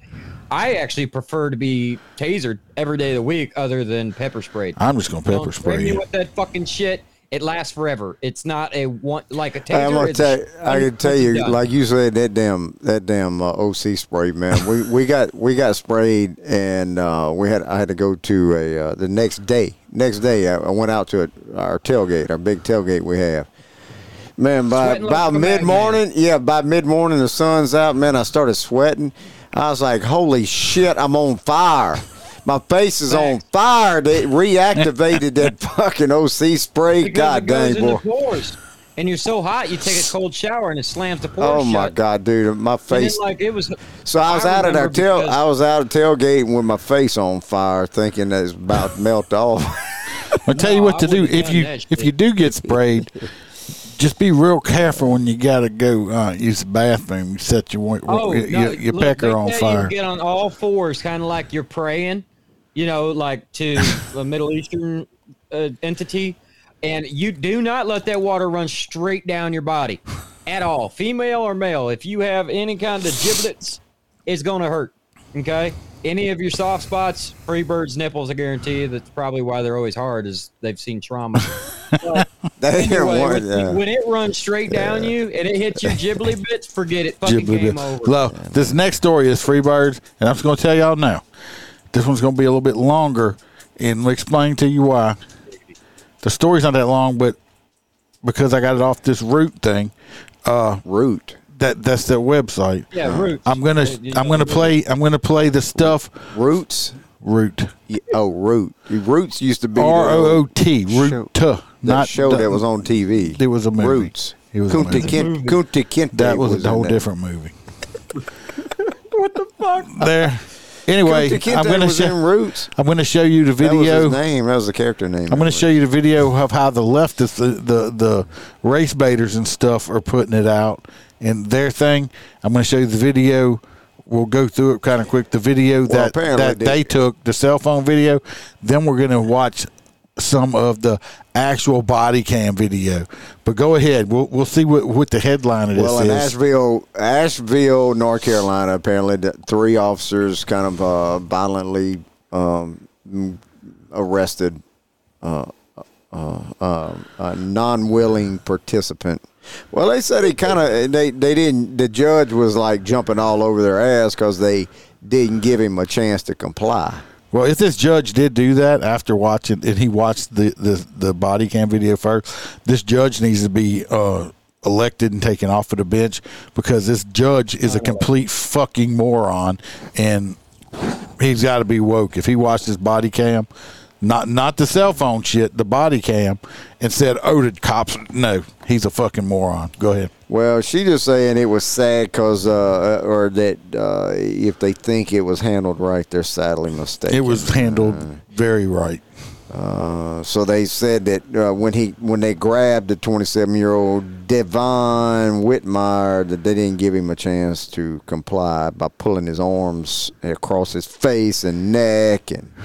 Speaker 2: I actually prefer to be tasered every day of the week, other than pepper sprayed.
Speaker 1: I'm just gonna pepper
Speaker 2: Don't
Speaker 1: spray
Speaker 2: me
Speaker 1: you.
Speaker 2: with that fucking shit. It lasts forever. It's not a one like a taser.
Speaker 3: I'm gonna
Speaker 2: it's
Speaker 3: tell, I can tell you,
Speaker 2: done.
Speaker 3: like you said, that damn that damn uh, OC spray, man. We we got we got sprayed, and uh, we had I had to go to a uh, the next day. Next day, I, I went out to a, our tailgate, our big tailgate we have. Man, by
Speaker 2: Sweating like
Speaker 3: by
Speaker 2: a
Speaker 3: mid morning, yeah, by mid morning the sun's out. Man, I started sweating. I was like, "Holy shit, I'm on fire! My face is on fire!" They reactivated that fucking OC spray.
Speaker 2: Because
Speaker 3: God
Speaker 2: it goes
Speaker 3: dang
Speaker 2: in the
Speaker 3: boy!
Speaker 2: pores. And you're so hot, you take a cold shower and it slams the pores.
Speaker 3: Oh my
Speaker 2: shut.
Speaker 3: god, dude, my
Speaker 2: And then,
Speaker 3: face.
Speaker 2: like it was.
Speaker 3: So I was out at our
Speaker 2: remember
Speaker 3: tail.
Speaker 2: because-
Speaker 3: I was out at tailgating with my face on fire, thinking that it's about to melt off.
Speaker 1: I'll tell you
Speaker 2: No,
Speaker 1: what
Speaker 2: I
Speaker 1: to do
Speaker 2: wouldn't
Speaker 1: if
Speaker 2: done
Speaker 1: you
Speaker 2: that
Speaker 1: if
Speaker 2: shit.
Speaker 1: you do get sprayed. Just be real careful when you gotta go uh, use the bathroom. You set your wa-
Speaker 2: Oh,
Speaker 1: your,
Speaker 2: no,
Speaker 1: your
Speaker 2: look,
Speaker 1: pecker
Speaker 2: they
Speaker 1: on
Speaker 2: tell you
Speaker 1: fire.
Speaker 2: to get on all fours, kind of like you're praying. you know, like to a Middle Eastern uh, entity, and you do not let that water run straight down your body at all, female or male. If you have any kind of giblets, it's going to hurt. Okay, any of your soft spots, free birds' nipples. I guarantee you that's probably why they're always hard, is they've seen trauma.
Speaker 3: They are
Speaker 2: Anyway,
Speaker 3: one.
Speaker 2: when,
Speaker 3: yeah.
Speaker 2: when it runs straight down you and it hits your ghibli bits, forget it. Fucking
Speaker 1: Ghibli
Speaker 2: game
Speaker 1: Bill.
Speaker 2: over.
Speaker 1: Look, this next story is free birds, and I'm just going to tell y'all now. This one's going to be a little bit longer, and we'll explain to you why. The story's not that long, but because I got it off this root thing, uh,
Speaker 3: Root.
Speaker 1: that that's their website.
Speaker 2: Yeah, roots.
Speaker 1: I'm gonna
Speaker 2: Yeah, you
Speaker 1: I'm
Speaker 2: know,
Speaker 1: gonna play I'm gonna play the stuff
Speaker 3: Roots.
Speaker 1: root
Speaker 3: Yeah, Oh, root. Roots used to be the-
Speaker 1: R O O T
Speaker 3: Show-
Speaker 1: root tuh,
Speaker 3: that
Speaker 1: not
Speaker 3: show
Speaker 1: the-
Speaker 3: that was on TV.
Speaker 1: There was a movie.
Speaker 3: Roots.
Speaker 1: It was a
Speaker 3: Kunta
Speaker 1: movie.
Speaker 3: Kinte. Kunta Kinte
Speaker 1: that was,
Speaker 3: in
Speaker 1: a whole
Speaker 3: that.
Speaker 1: different movie. what the fuck? There. Anyway,
Speaker 3: Kunta Kinte
Speaker 1: I'm gonna
Speaker 3: was in
Speaker 1: show
Speaker 3: Roots.
Speaker 1: I'm gonna show you the
Speaker 3: That was
Speaker 1: video.
Speaker 3: his name. That was the character name.
Speaker 1: I'm going to show you the video of how the leftists, the, the the race baiters and stuff, are putting it out and their thing. I'm going to show you the video. We'll go through it kind of quick. The video that
Speaker 3: apparently
Speaker 1: that
Speaker 3: they-
Speaker 1: they took, the cell phone video. Then we're going to watch some of the actual body cam video. But go ahead. We'll we'll see what what the headline of this
Speaker 3: Well, in
Speaker 1: is.
Speaker 3: Asheville, Asheville, North Carolina, apparently th- three officers kind of uh, violently um, m- arrested uh, uh, uh, um, a non-willing participant. Well, they said he kind of they they didn't. The judge was like jumping all over their ass because they didn't give him a chance to comply.
Speaker 1: Well, if this judge did do that after watching, and he watched the, the, the body cam video first, this judge needs to be uh, elected and taken off of the bench because this judge is a complete fucking moron, and he's got to be woke. If he watched his body cam, not not the cell phone shit, the body cam, and said, "Oh, the cops," no, he's a fucking moron. Go ahead.
Speaker 3: Well, she just saying it was sad because, uh, or that uh, if they think it was handled right, they're sadly mistaken.
Speaker 1: It was handled very right.
Speaker 3: Uh, so they said that uh, when he when they grabbed the 27 year old Devon Whitmire, that they didn't give him a chance to comply by pulling his arms across his face and neck, and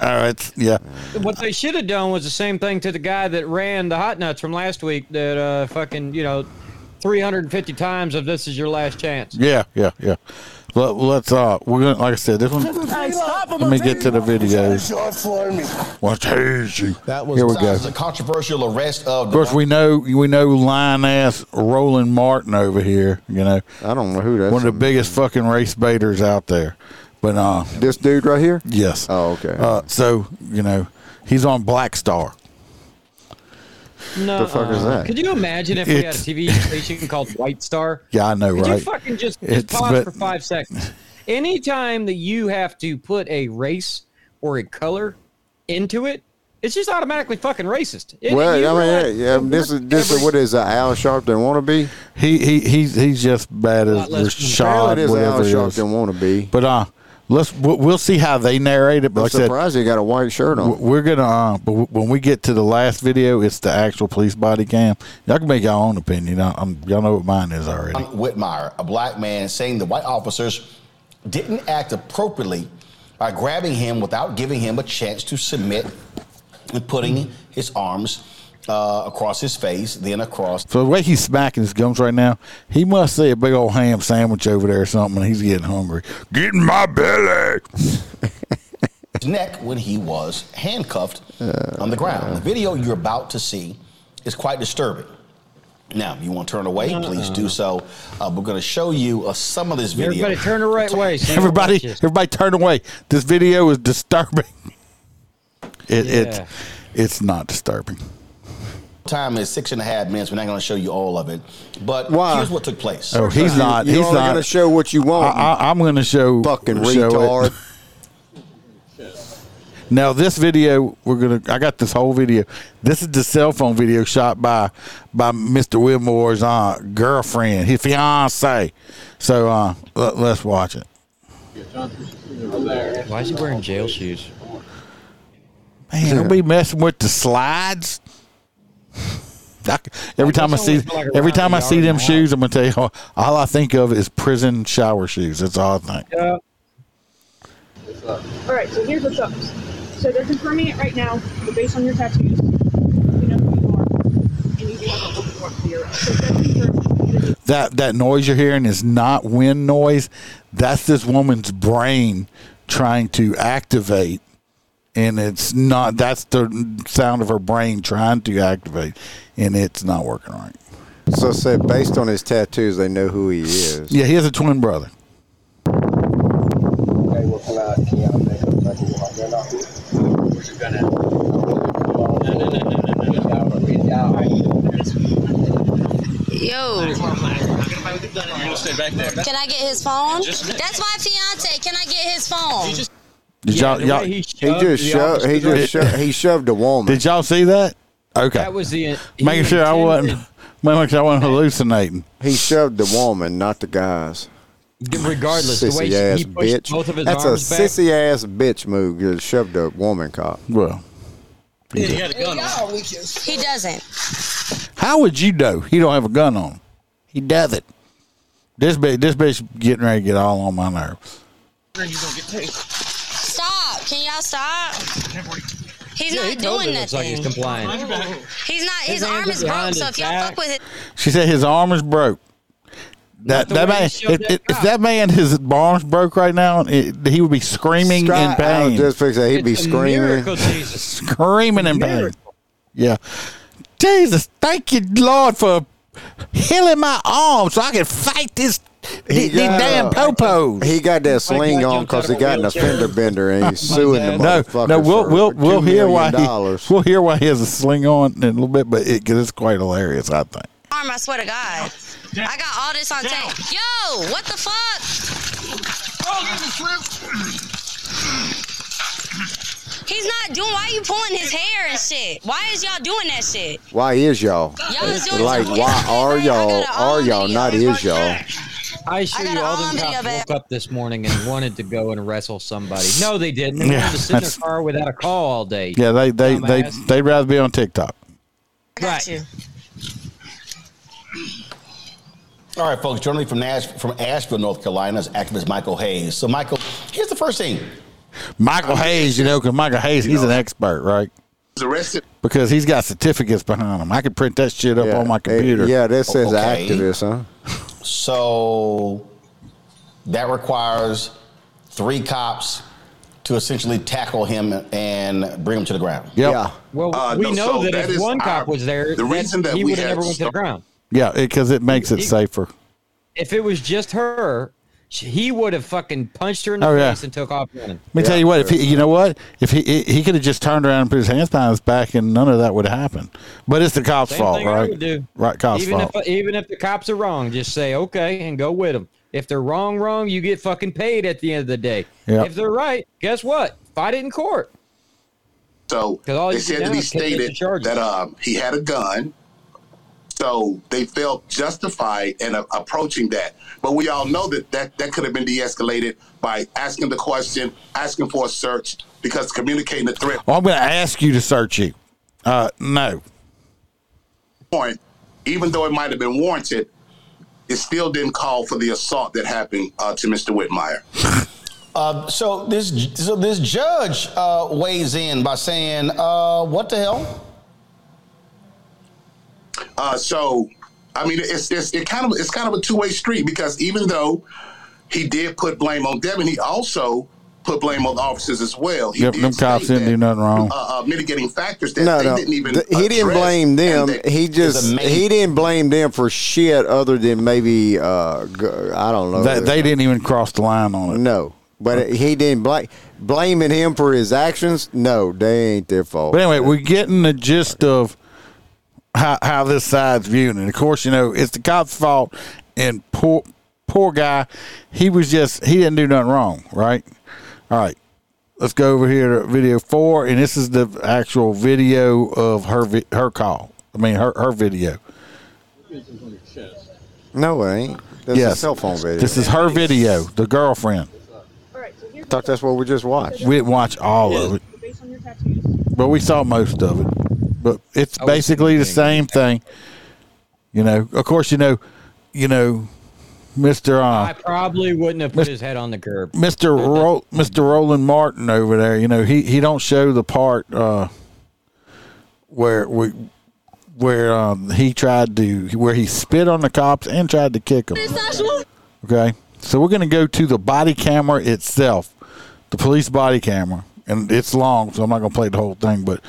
Speaker 1: All right, yeah.
Speaker 2: What they should have done was the same thing to the guy that ran the hot nuts from last week. That uh, fucking you know, 350 times of this is your last chance.
Speaker 1: Yeah, yeah, yeah. Let, let's uh, we're gonna like I said, this one. Let me get to the videos. What's hazy?
Speaker 11: That was
Speaker 1: Here we go.
Speaker 6: The controversial arrest of
Speaker 1: Of course, we know we know lion ass Roland Martin over here. You know,
Speaker 3: I don't know who that's.
Speaker 1: one of the biggest fucking race baiters out there. But uh,
Speaker 3: this dude right here.
Speaker 1: yes.
Speaker 3: Oh, okay.
Speaker 1: Uh, so you know, he's on Black Star.
Speaker 2: No, the
Speaker 3: fuck is that?
Speaker 2: Could you imagine if we had a
Speaker 1: It's-
Speaker 2: TV station called White Star?
Speaker 1: Yeah, I know,
Speaker 2: Could you
Speaker 1: right?
Speaker 2: fucking just, just
Speaker 1: It's-
Speaker 2: pause
Speaker 1: but-
Speaker 2: for five seconds? Anytime that you have to put a race or a color into it, it's just automatically fucking racist. It-
Speaker 3: Well,
Speaker 2: you
Speaker 3: I
Speaker 2: realize-
Speaker 3: mean, yeah, yeah, this is this is what is uh, Al Sharpton wannabe?
Speaker 1: He he he's he's just bad as
Speaker 2: Lot less-
Speaker 1: Rashad,
Speaker 3: Apparently, this Al
Speaker 1: whatever he is.
Speaker 3: Sharpton wannabe.
Speaker 1: But uh, let's we'll, we'll see how they narrate it. But
Speaker 3: I'm
Speaker 1: like I said,
Speaker 3: surprised he got a white shirt on.
Speaker 1: W- We're gonna, uh, but w- when we get to the last video, it's the actual police body cam. Y'all can make y'all own opinion. I, I'm, y'all know what mine is already.
Speaker 6: Whitmire, a black man, saying the white officers didn't act appropriately by grabbing him without giving him a chance to submit and putting his arms uh, across his face, then across
Speaker 1: So the way he's smacking his gums right now, he must see a big old ham sandwich over there or something, and he's getting hungry. Get in my belly.
Speaker 6: his neck when he was handcuffed on the ground. The video you're about to see is quite disturbing. Now, if you want to turn away, please do so. Uh, we're going to show you uh, some of this video.
Speaker 2: Everybody turn the right way. so you don't
Speaker 1: Everybody,
Speaker 2: touch this.
Speaker 1: everybody, turn away. This video is disturbing. It, it,
Speaker 2: Yeah.
Speaker 1: it's not disturbing.
Speaker 6: time is six and a half minutes. We're not going to show you all of it, but
Speaker 3: Why?
Speaker 6: here's what took place.
Speaker 1: Oh, he's not.
Speaker 3: You're
Speaker 1: he's
Speaker 3: only
Speaker 1: not.
Speaker 3: gonna show what you
Speaker 1: I,
Speaker 3: want.
Speaker 1: I, I'm going to show
Speaker 3: fucking
Speaker 1: show it.
Speaker 3: retard.
Speaker 1: Now this video, we're gonna. I got this whole video. This is the cell phone video shot by by Mr. Whitmore's uh, girlfriend, his fiance. So uh, let, let's watch it.
Speaker 2: Why is he wearing jail shoes?
Speaker 1: Man, don't be messing with the slides. I c- every time I
Speaker 2: it's
Speaker 1: see
Speaker 2: always like
Speaker 1: every
Speaker 2: around
Speaker 1: time
Speaker 2: the
Speaker 1: I see
Speaker 2: yard
Speaker 1: them
Speaker 2: and
Speaker 1: shoes, I'm gonna tell you all, all I think of is prison shower shoes. That's all I think.
Speaker 2: Yeah.
Speaker 12: All right, so here's what's up. So they're confirming it right now, but based on your tattoos, we know who you are, and you do have a open work for your So that's confirmed.
Speaker 1: That that noise you're hearing is not wind noise. That's this woman's brain trying to activate, and it's not. That's the sound of her brain trying to activate, and it's not working right.
Speaker 3: So said based on his tattoos, they know who he is.
Speaker 1: Yeah, he has a twin brother.
Speaker 8: Okay, well, can I, can y'all make up so I can get my gun off? We're just gonna.
Speaker 13: Yo.
Speaker 8: Stay back there.
Speaker 13: Can I get his phone? That's my fiance. Can I get his phone?
Speaker 1: Did y'all, y'all,
Speaker 3: he, just shoved. He just shoved. He shoved a woman.
Speaker 1: Did y'all see that? Okay.
Speaker 3: That was the- he
Speaker 1: making sure I wasn't
Speaker 3: intended-
Speaker 1: making sure I wasn't hallucinating.
Speaker 3: He shoved the woman, not the guys.
Speaker 2: Regardless, the
Speaker 3: sissy
Speaker 2: way he-
Speaker 3: ass
Speaker 2: he pushed
Speaker 3: bitch.
Speaker 2: both of his
Speaker 3: That's
Speaker 2: arms
Speaker 3: a
Speaker 2: back.
Speaker 3: sissy ass bitch move. You shoved a woman cop.
Speaker 1: Well,
Speaker 13: He doesn't.
Speaker 1: How would you know he don't have a gun on? him? He does it. This bitch, this bitch getting ready to get all on my nerves.
Speaker 13: Stop. Can y'all stop? He's
Speaker 2: Yeah,
Speaker 13: not
Speaker 2: he totally
Speaker 13: doing
Speaker 2: looks like
Speaker 13: nothing.
Speaker 2: he's complying.
Speaker 13: He's not. His,
Speaker 2: His hands
Speaker 13: arm
Speaker 2: are
Speaker 13: is broke.
Speaker 2: behind
Speaker 13: So
Speaker 2: his
Speaker 13: if y'all
Speaker 2: back.
Speaker 13: fuck with it,
Speaker 1: She said his arm is broke. That
Speaker 13: the
Speaker 1: that
Speaker 13: way he
Speaker 1: man, if,
Speaker 13: shoved that
Speaker 1: if- if that man his arms broke right now, it, he would be screaming in
Speaker 3: Scott, I
Speaker 1: pain.
Speaker 3: was just fixing. He'd be
Speaker 1: It's a
Speaker 3: screaming.
Speaker 1: miracle, Jesus. screaming in pain. Yeah, Jesus, thank you, Lord, for healing my arm so I can fight this these damn popos.
Speaker 3: He got that sling on because he got in a fender bender and he's suing the
Speaker 1: no,
Speaker 3: motherfucker.
Speaker 1: no, we'll
Speaker 3: for
Speaker 1: we'll
Speaker 3: $2
Speaker 1: we'll hear
Speaker 3: million
Speaker 1: why
Speaker 3: dollars.
Speaker 1: he, we'll hear why he has a sling on in a little bit, but it, 'cause it's quite hilarious, I think.
Speaker 13: arm. I swear to God, I got all this on tape. Yo, what the fuck? He's not doing. Why you pulling his hair and shit? Why is y'all doing that shit?
Speaker 3: Why is y'all?
Speaker 13: Y'all is doing
Speaker 3: like,
Speaker 13: some-
Speaker 3: why are y'all? Are y'all not is y'all?
Speaker 2: I assure you, all them cops woke up this morning and wanted to go and wrestle somebody. No, they didn't. They
Speaker 1: Yeah,
Speaker 2: wanted to sit in their
Speaker 1: that's-
Speaker 2: car without a call all day.
Speaker 1: Yeah, they they they
Speaker 2: Dumbass.
Speaker 1: they'd rather be on TikTok.
Speaker 13: Got you.
Speaker 6: All right, folks, joining me from, Nash- from Asheville, North Carolina is activist Michael Hayes. So, Michael, here's the first thing.
Speaker 1: Michael Hayes, you know, because Michael Hayes, he's an expert, right?
Speaker 6: He's arrested.
Speaker 1: Because he's got certificates behind him. I could print that shit up on my computer.
Speaker 3: yeah, that says
Speaker 6: Okay.
Speaker 3: activist, huh?
Speaker 6: So that requires three cops to essentially tackle him and bring him to the ground.
Speaker 1: Yeah.
Speaker 2: Well,
Speaker 6: Uh,
Speaker 2: we
Speaker 6: no,
Speaker 2: know
Speaker 6: so
Speaker 2: that,
Speaker 6: that
Speaker 2: if
Speaker 6: is
Speaker 2: one
Speaker 6: our-
Speaker 2: cop was there,
Speaker 6: the reason that
Speaker 2: he
Speaker 6: we
Speaker 2: would have
Speaker 6: had
Speaker 2: never went to the
Speaker 6: start-
Speaker 2: ground.
Speaker 1: Yeah, because it makes it safer.
Speaker 2: If it was just her, sh- he would have fucking punched her in the
Speaker 1: Oh, yeah.
Speaker 2: face and took off running.
Speaker 1: Let me tell you what. If he, you know what, if he he, he could have just turned around and put his hands behind his back, and none of that would have happened. But it's the cops'
Speaker 2: Same
Speaker 1: fault,
Speaker 2: thing I
Speaker 1: right?
Speaker 2: would do.
Speaker 1: Right, cops'
Speaker 2: even
Speaker 1: fault.
Speaker 2: if even if the cops are wrong, just say okay and go with them. If they're wrong, wrong, you get fucking paid at the end of the day.
Speaker 1: Yep.
Speaker 2: If they're right, guess what? Fight it in court.
Speaker 14: So
Speaker 2: all
Speaker 14: it
Speaker 2: you
Speaker 14: said
Speaker 2: do
Speaker 14: that he
Speaker 2: is commit
Speaker 14: stated
Speaker 2: the charges.
Speaker 14: that um, he had a gun. So they felt justified in uh, approaching that. But we all know that that, that could have been de escalated by asking the question, asking for a search, because communicating the threat
Speaker 1: Well, I'm going to ask you to search you. Uh, no.
Speaker 14: warrant, even though it might have been warranted, it still didn't call for the assault that happened uh, to Mr. Whitmire.
Speaker 6: Uh, so this so this judge uh, weighs in by saying, uh, "What the hell?"
Speaker 14: Uh, so, I mean, it's, it's it kind of it's kind of a two way street because even though he did put blame on Devin, he also put blame on the officers as well. He
Speaker 1: Yep,
Speaker 14: did
Speaker 1: them cops
Speaker 14: state
Speaker 1: didn't
Speaker 14: that,
Speaker 1: do nothing wrong.
Speaker 14: Uh, uh, mitigating factors that
Speaker 3: No,
Speaker 14: they
Speaker 3: no.
Speaker 14: didn't even.
Speaker 3: Th- he didn't
Speaker 14: address
Speaker 3: blame
Speaker 14: and
Speaker 3: them.
Speaker 14: they-
Speaker 3: He just he didn't blame them for shit other than maybe uh, g- I don't know.
Speaker 1: They, they didn't even cross the line on it.
Speaker 3: No, but he didn't blame blaming him for his actions. No, they ain't their fault.
Speaker 1: But anyway, we're getting the gist of how, how this side's viewing. And of course, you know, it's the cop's fault. And poor, poor guy, he was just, he didn't do nothing wrong, right? All right. Let's go over here to video four. And this is the actual video of her, vi- her call. I mean, her, her video.
Speaker 3: No, it ain't. That's a cell phone video.
Speaker 1: This is her video, the girlfriend.
Speaker 3: I thought that's what we just watched.
Speaker 1: We didn't watch all of it,
Speaker 12: Based on your tattoos.
Speaker 1: but we saw most of it. But it's
Speaker 12: I was
Speaker 1: basically the same thing. You know, of course, you know, you know, Mr.
Speaker 2: I
Speaker 1: Uh,
Speaker 2: probably wouldn't have put his head on the curb.
Speaker 1: Mr. Ro- Mr. Roland Martin over there, you know, he, he don't show the part uh, where we where um, he tried to where he spit on the cops and tried to kick them. Okay, so we're going to go to the body camera itself, the police body camera, and it's long, so I'm not going to play the whole thing, but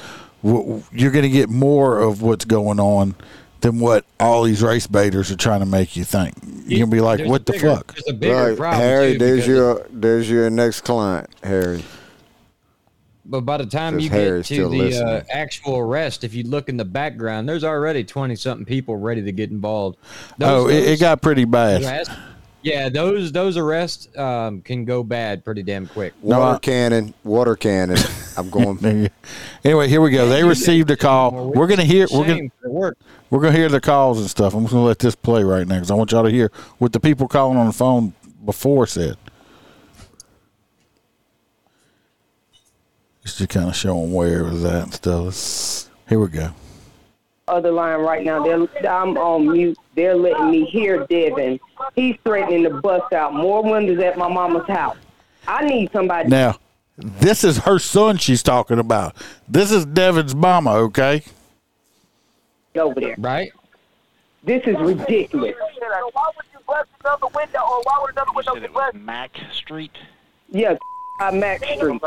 Speaker 1: w- w- you're going to get more of what's going on than what all these race baiters are trying to make you think. You're going to be like,
Speaker 2: There's
Speaker 1: what
Speaker 2: a
Speaker 1: the
Speaker 2: bigger-
Speaker 1: fuck?
Speaker 2: There's a bigger
Speaker 3: Look,
Speaker 2: problem.
Speaker 3: Harry,
Speaker 2: too,
Speaker 3: there's
Speaker 2: because-
Speaker 3: your there's your next client, Harry.
Speaker 2: But by the time
Speaker 3: Says
Speaker 2: you
Speaker 3: Harry's
Speaker 2: get to
Speaker 3: still
Speaker 2: the uh,
Speaker 3: listening.
Speaker 2: actual arrest, if you look in the background, there's already twenty something people ready to get involved.
Speaker 1: oh, it, it got pretty bad.
Speaker 2: arrests- yeah, those those arrests um, can go bad pretty damn quick.
Speaker 3: Water cannon, water cannon. I'm going.
Speaker 1: anyway, here we go. They received a call. We're going to hear. We're going.
Speaker 2: Shame for the work.
Speaker 1: We're going to hear the calls and stuff. I'm just going to let this play right now because I want y'all to hear what the people calling on the phone before said. Just to kind of show them where it was at and stuff. Here we go.
Speaker 15: other line right now. They're, I'm on mute. They're letting me hear Devin. He's threatening to bust out more windows at my mama's house. I need somebody.
Speaker 1: Now, this is her son she's talking about. This is Devin's mama, okay?
Speaker 15: over there.
Speaker 2: Right?
Speaker 15: This is ridiculous.
Speaker 5: Why would you bust another window or why would another window be bust? Mac Street.
Speaker 15: Yeah, on Max Street.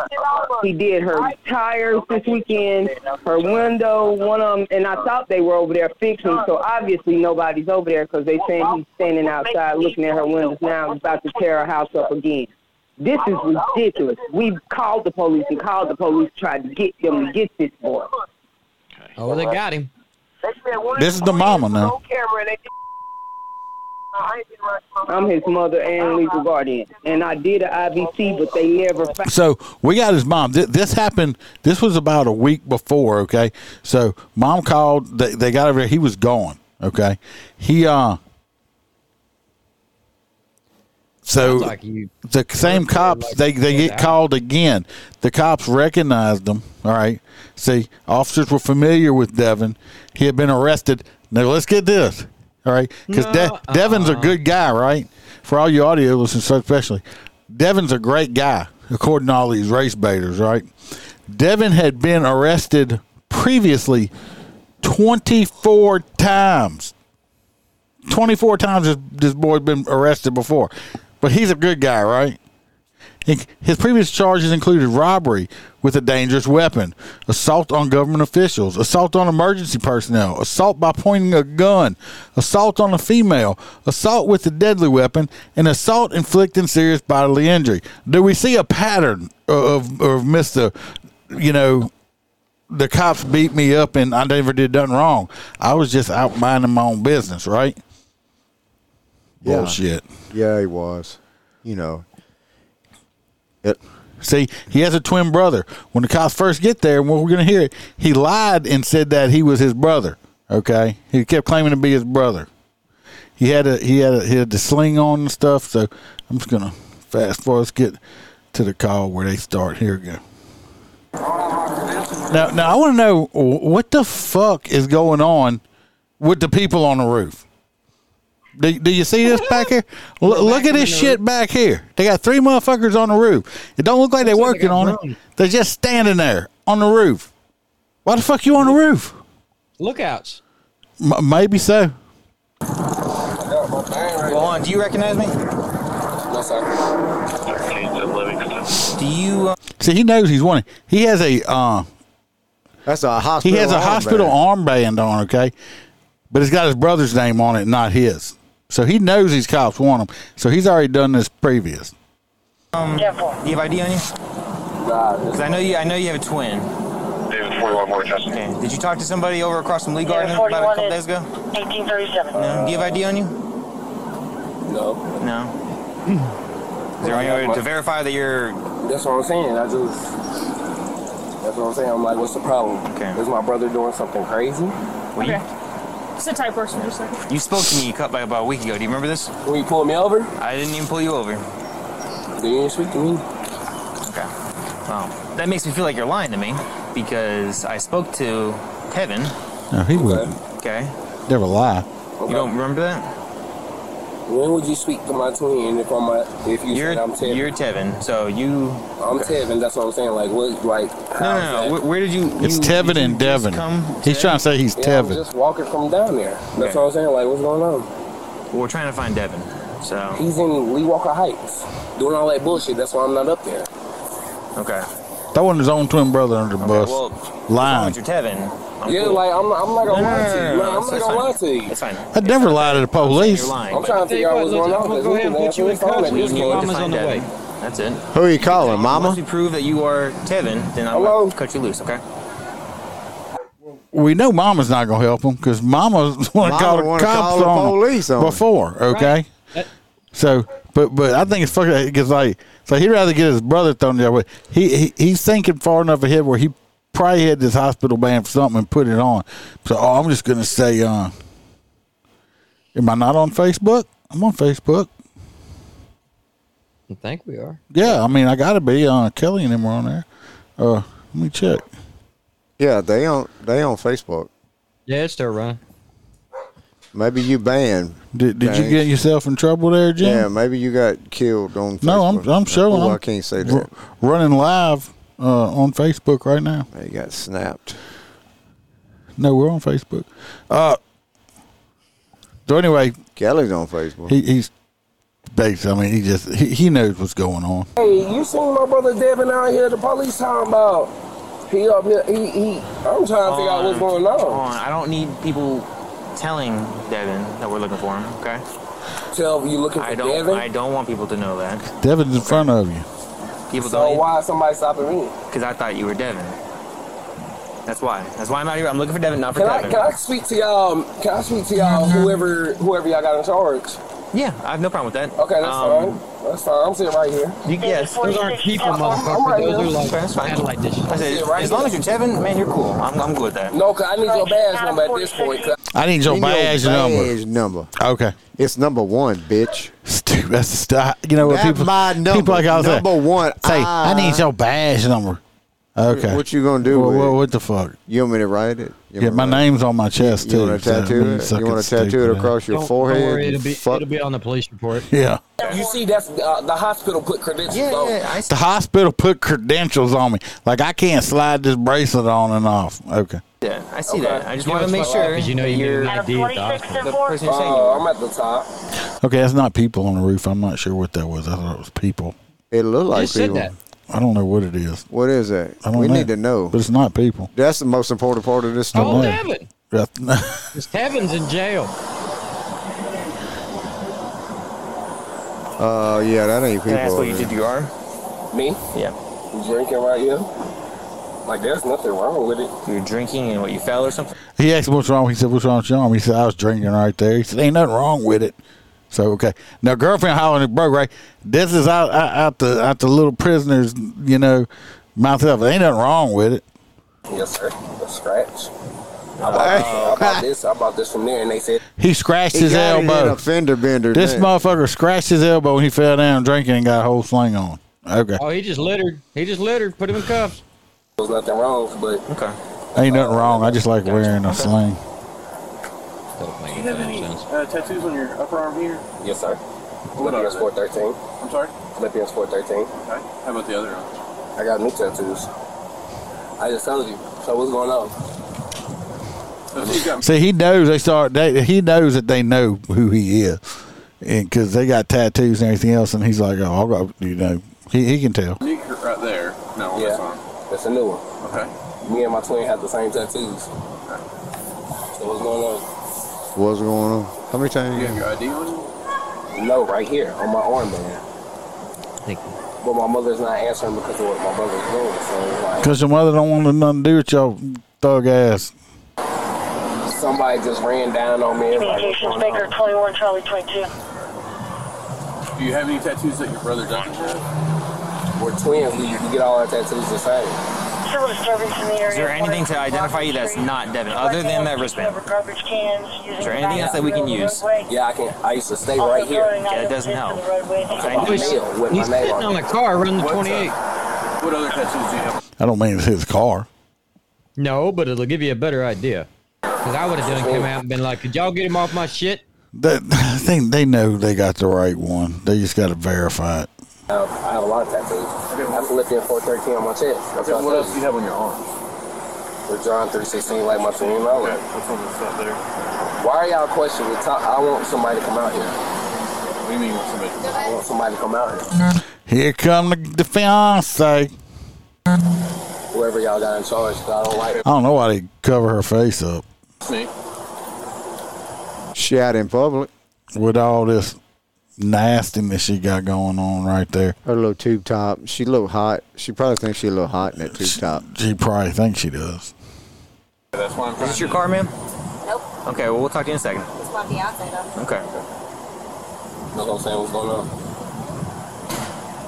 Speaker 15: He did her tires this weekend, her window, one of them, and I thought they were over there fixing. So obviously nobody's over there because they saying he's standing outside looking at her windows now. He's about to tear her house up again. This is ridiculous. We called the police and called the police, tried to get them to get this boy.
Speaker 2: Oh, they got him.
Speaker 1: This is the mama now.
Speaker 15: I'm his mother and legal guardian, and I did an IVC, but they never found.
Speaker 1: So we got his mom. Th- This happened. This was about a week before. Okay, so mom called. They, they got over there. He was gone. Okay, he uh. So
Speaker 2: Sounds like you-
Speaker 1: the same cops they they get called again. The cops recognized him. All right. See, officers were familiar with Devin. He had been arrested. Now let's get this. All right, because
Speaker 2: No,
Speaker 1: De- Devin's a good guy, right? For all you audio listeners, so especially, Devin's a great guy, according to all these race baiters, right? Devin had been arrested previously twenty four times. 24 times this, this boy's been arrested before. But he's a good guy, right? He, his previous charges included robbery with a dangerous weapon, assault on government officials, assault on emergency personnel, assault by pointing a gun, assault on a female, assault with a deadly weapon, and assault inflicting serious bodily injury. Do we see a pattern of, of Mr. You know, the cops beat me up and I never did nothing wrong. I was just out minding my own business, right?
Speaker 3: Yeah.
Speaker 1: Bullshit.
Speaker 3: Yeah, he was. You know.
Speaker 1: See, he has a twin brother. When the cops first get there, and we're going to hear it, he lied and said that he was his brother. Okay, he kept claiming to be his brother. He had a he had a, he had the sling on and stuff. So I'm just gonna fast forward. Let's get to the call where they start. Here we go. Now, now I want to know what the fuck is going on with the people on the roof. Do, do you see this back here? L- look at this shit back here. They got three motherfuckers on the roof. It don't look like they're working on it. They're just standing there on the roof. Why the fuck you on the roof?
Speaker 2: Lookouts.
Speaker 1: M- maybe so.
Speaker 16: Juan, do you recognize me? No, sir. Do you? Uh,
Speaker 1: See, he knows he's wanted. He has a uh,
Speaker 3: that's a
Speaker 1: He
Speaker 3: hospital
Speaker 1: has a
Speaker 3: armband.
Speaker 1: hospital armband on. Okay, but it's got his brother's name on it, not his. So he knows these cops want him. So he's already done this previous.
Speaker 16: um, you have ID on you? 'Cause I know you. I know you have a twin. Okay. Did you talk to somebody over across from Lee Garden about a couple days ago?
Speaker 5: 1837.
Speaker 16: No. Do you have ID on you?
Speaker 8: No.
Speaker 16: No. Is there any way to verify that you're?
Speaker 8: That's what I'm saying. I just. That's what I'm saying. I'm like, what's the problem? Okay. Is my brother doing something crazy?
Speaker 16: Well, you-
Speaker 5: Just a type person for a second.
Speaker 16: You spoke to me a couple, about a week ago. Do you remember this?
Speaker 8: When you pulled me over?
Speaker 16: I didn't even pull you over.
Speaker 8: Then you didn't speak to me.
Speaker 16: Okay. Well, that makes me feel like you're lying to me because I spoke to Kevin.
Speaker 1: No, he wouldn't.
Speaker 16: Okay.
Speaker 1: Never lie.
Speaker 16: You don't remember that?
Speaker 4: When would you speak to my twin if I'm a, if you
Speaker 16: You're
Speaker 4: said I'm Tevin?
Speaker 16: you're Tevin, so you.
Speaker 4: I'm Tevin. That's what I'm saying. Like what? Like
Speaker 16: No, no, no. Where, where did you?
Speaker 1: It's
Speaker 16: you-
Speaker 1: Tevin and Devin. He's trying to say he's
Speaker 4: yeah, I'm
Speaker 1: Tevin.
Speaker 4: just walking from down there.
Speaker 16: Okay.
Speaker 4: That's what I'm saying. Like what's going on?
Speaker 16: We're trying to find Devin. So
Speaker 4: He's in Lee Walker Heights doing all that bullshit. That's why I'm not up there.
Speaker 16: okay.
Speaker 1: Throwing his own twwn brother under the bus.
Speaker 16: well, as
Speaker 1: Lying.
Speaker 16: You're Tevin. I'm
Speaker 4: yeah,
Speaker 16: cool.
Speaker 4: like I'm, not- I'm not gonna lie to you.
Speaker 16: no,
Speaker 4: Like, I'm
Speaker 16: it's-
Speaker 4: not
Speaker 16: it's fine.
Speaker 4: gonna lie to you.
Speaker 16: It's fine.
Speaker 1: I'd never lie to the police.
Speaker 16: lying.
Speaker 4: I'm trying to figure out what's going on.
Speaker 2: I'm gonna go ahead and put you in custody. Your mama's on the way.
Speaker 16: That's it.
Speaker 3: Who are you calling,
Speaker 16: Once
Speaker 3: Mama?
Speaker 16: we prove that you are Tevin, then I'll cut you loose. Okay.
Speaker 1: We know Mama's not going to help him because Mama's want
Speaker 3: Mama
Speaker 1: to call the
Speaker 3: wanna
Speaker 1: cops
Speaker 3: call the
Speaker 1: on 'em
Speaker 3: police on 'em.
Speaker 1: before. Okay,
Speaker 3: Right. That-
Speaker 1: so but but I think it's fucking because like so he'd rather get his brother thrown the other way. He, he he's thinking far enough ahead where he probably had this hospital band for something and put it on. So oh, I'm just going to say, uh, am I not on Facebook? I'm on Facebook.
Speaker 2: I think we are.
Speaker 1: Yeah, I mean I got to be. Uh, Kelly and him were on there. Uh, let me check.
Speaker 3: Yeah, they on they on Facebook.
Speaker 2: Yeah, it's still running.
Speaker 3: Maybe you banned.
Speaker 1: Did, Did you get yourself in trouble there, Jim?
Speaker 3: Yeah, maybe you got killed on. Facebook.
Speaker 1: No, I'm I'm sure.
Speaker 3: Oh,
Speaker 1: I'm
Speaker 3: I can't say
Speaker 1: ru-
Speaker 3: that.
Speaker 1: running live uh, on Facebook right now.
Speaker 3: They got snapped.
Speaker 1: No, we're on Facebook. Uh, so anyway,
Speaker 3: Kelly's on Facebook.
Speaker 1: He, he's basically. I mean, he just he, he knows what's going on.
Speaker 4: Hey, you seen my brother Devin out here? The police talking about he up here. He, he I'm trying to figure
Speaker 16: Um,
Speaker 4: out what's going
Speaker 16: Hold
Speaker 4: on.
Speaker 16: on. I don't need people telling Devin that we're looking for him. Okay.
Speaker 4: Tell you looking for
Speaker 16: I don't.
Speaker 4: Devin?
Speaker 16: I don't want people to know that.
Speaker 1: Devin's in front of you.
Speaker 16: People
Speaker 4: So
Speaker 16: don't.
Speaker 4: why is somebody stopping me?
Speaker 16: Because I thought you were Devin. That's why. That's why I'm out here. I'm looking for Devin, not for
Speaker 4: Can I
Speaker 16: Devin.
Speaker 4: can I speak to y'all? Can I speak to y'all? Whoever whoever y'all got in charge.
Speaker 16: Yeah, I have no problem with that.
Speaker 4: Okay, that's
Speaker 16: Um,
Speaker 4: fine. That's fine. I'm sitting right here.
Speaker 16: You, yes, those aren't people, motherfucker. Those are like that's fine. satellite dishes. I said, as long as you're Tevin, man, you're cool. I'm, I'm good with that.
Speaker 4: No, cause I need your badge number at this point. 'cause-
Speaker 1: I need your
Speaker 3: We know
Speaker 1: badge number.
Speaker 3: badge number.
Speaker 1: Okay.
Speaker 3: It's number one, bitch.
Speaker 1: Stupid. That's the stuff. You know what
Speaker 3: That's
Speaker 1: people
Speaker 3: my number.
Speaker 1: people like I was
Speaker 3: number one.
Speaker 1: Say, I, need your badge number. Okay.
Speaker 3: What you gonna do
Speaker 1: Well,
Speaker 3: with
Speaker 1: well,
Speaker 3: it?
Speaker 1: what the fuck?
Speaker 3: You want me to write it? You
Speaker 1: yeah,
Speaker 3: want me
Speaker 1: my
Speaker 3: to write
Speaker 1: name's on my chest
Speaker 3: You
Speaker 1: too.
Speaker 3: wanna
Speaker 1: so
Speaker 3: tattoo it? You
Speaker 1: suck
Speaker 3: wanna
Speaker 1: it's
Speaker 3: tattoo it
Speaker 1: stupid.
Speaker 3: across your
Speaker 2: Don't-
Speaker 3: forehead,
Speaker 2: Don't worry,
Speaker 3: you
Speaker 2: it'll be
Speaker 3: fuck.
Speaker 2: it'll be on the police report.
Speaker 1: Yeah.
Speaker 4: You see, that's uh, the hospital put credentials on.
Speaker 1: The hospital put credentials on me. Like I can't slide this bracelet on and off. Okay.
Speaker 16: Yeah, I see
Speaker 4: Okay.
Speaker 16: that. I just
Speaker 4: You
Speaker 16: want
Speaker 4: know,
Speaker 16: to make
Speaker 4: it's my
Speaker 16: sure
Speaker 4: office, you know
Speaker 16: that
Speaker 4: you need
Speaker 16: you're
Speaker 4: an ID at the
Speaker 16: the person you're saying you
Speaker 4: Uh,
Speaker 16: are.
Speaker 4: I'm at the top.
Speaker 1: Okay, that's not people on the roof. I'm not sure what that was. I thought it was people.
Speaker 3: It looked like
Speaker 1: You said
Speaker 3: people.
Speaker 1: that. I don't know what it is.
Speaker 3: What is that?
Speaker 1: I don't
Speaker 3: we
Speaker 1: know.
Speaker 3: need to know.
Speaker 1: But it's not people.
Speaker 3: That's the most important part of this
Speaker 1: I
Speaker 16: Oh,
Speaker 3: story.
Speaker 1: don't know. That's-
Speaker 2: It's Tevin's in jail.
Speaker 3: Uh, yeah, that ain't people.
Speaker 16: Can I ask what
Speaker 3: over
Speaker 16: you
Speaker 3: there.
Speaker 16: did you are?
Speaker 4: Me?
Speaker 16: Yeah.
Speaker 4: Drinking right here. Like there's nothing wrong with it.
Speaker 16: You're drinking and what you fell or something?
Speaker 1: He asked me what's wrong. He said, What's wrong with your arm? He said, I was drinking right there. He said, Ain't nothing wrong with it. So okay. Now girlfriend hollering at broke, right? This is out, out out the out the little prisoners, you know, mouth up. Ain't nothing wrong with it.
Speaker 4: Yes, sir. The scratch. I bought, I bought this. I bought this from there, and they said
Speaker 1: He scratched
Speaker 4: He
Speaker 1: his
Speaker 4: got it in
Speaker 1: elbow.
Speaker 4: a fender
Speaker 3: bender.
Speaker 1: This
Speaker 4: didn't he?
Speaker 1: motherfucker scratched his elbow when he fell down drinking and got a whole sling on. Okay.
Speaker 2: Oh, he just littered. He just littered. Put him in cuffs.
Speaker 4: there was nothing wrong, but
Speaker 16: okay.
Speaker 1: Ain't nothing wrong. I just like wearing a sling.
Speaker 2: Do
Speaker 5: you have any uh, tattoos on your upper arm here?
Speaker 4: Yes, sir. Philippians four thirteen.
Speaker 5: I'm sorry?
Speaker 4: Philippians four thirteen.
Speaker 5: Okay. How about the other arm?
Speaker 4: I got new tattoos. I just told you. So what's going on?
Speaker 1: See, he knows they start. They, he knows that they know who he is, and because they got tattoos and everything else, and he's like, "Oh, I got you know." He, he can tell.
Speaker 4: Unique right there. No, yeah, that's a new one. Okay. Me and my twin have the same tattoos. So what's going on?
Speaker 3: What's going on? How many times you got?
Speaker 4: ID on you? No, right here on my armband.
Speaker 2: Thank
Speaker 4: you. But my mother's not answering because of what my brother's doing. So it's like
Speaker 1: Cause your mother don't want nothing to do with your thug ass.
Speaker 4: somebody just ran down on me. It's like, what's
Speaker 5: Communications
Speaker 4: going
Speaker 5: Baker
Speaker 4: on?
Speaker 5: 21 Charlie 22.
Speaker 4: Do you have any tattoos that your brother doesn't have? We're twins. We, we get all our tattoos the same.
Speaker 5: Civil disturbance in the area.
Speaker 16: Is there anything to identify you that's not Devin, other than that wristband?
Speaker 5: Over garbage cans. Using
Speaker 16: Is there anything else that we can use?
Speaker 4: Yeah, I can. I used to stay
Speaker 5: Also
Speaker 4: right here.
Speaker 5: going out
Speaker 16: Yeah, it doesn't help.
Speaker 4: Okay. With my nail, with my nail on.
Speaker 2: the car, run the twenty eight.
Speaker 5: What other tattoos do you have?
Speaker 1: I don't mean it's his car.
Speaker 2: No, but it'll give you a better idea. Because I would have done came out and been like, "Could y'all get him off my shit?"
Speaker 1: That I think they know they got the right one. They just got to verify it.
Speaker 4: Um, I have a lot of tattoos. I have Philippians 413 on my chest. That's
Speaker 5: Okay, what else
Speaker 4: do you have on your arm? With John 316, like my dream. Okay, that's on the stuff there. Why are y'all questioning? the top? I want somebody to come out here. What do you mean want somebody? I want somebody to come out here.
Speaker 1: Here come the, the fiance.
Speaker 4: Whoever y'all got in charge, 'cause I don't like
Speaker 1: I don't know why they cover her face up
Speaker 4: me.
Speaker 1: Shout in public with all this nastiness she got going on right there.
Speaker 3: Her little tube top. She look hot. She probably thinks she a little hot in that tube top.
Speaker 1: She probably thinks she does.
Speaker 4: That's why I'm
Speaker 16: Is this your car, ma'am?
Speaker 17: Nope.
Speaker 16: Okay, well, we'll talk to you in a second.
Speaker 17: It's my fiance though.
Speaker 16: Okay.
Speaker 4: That's what I'm saying. What's going on?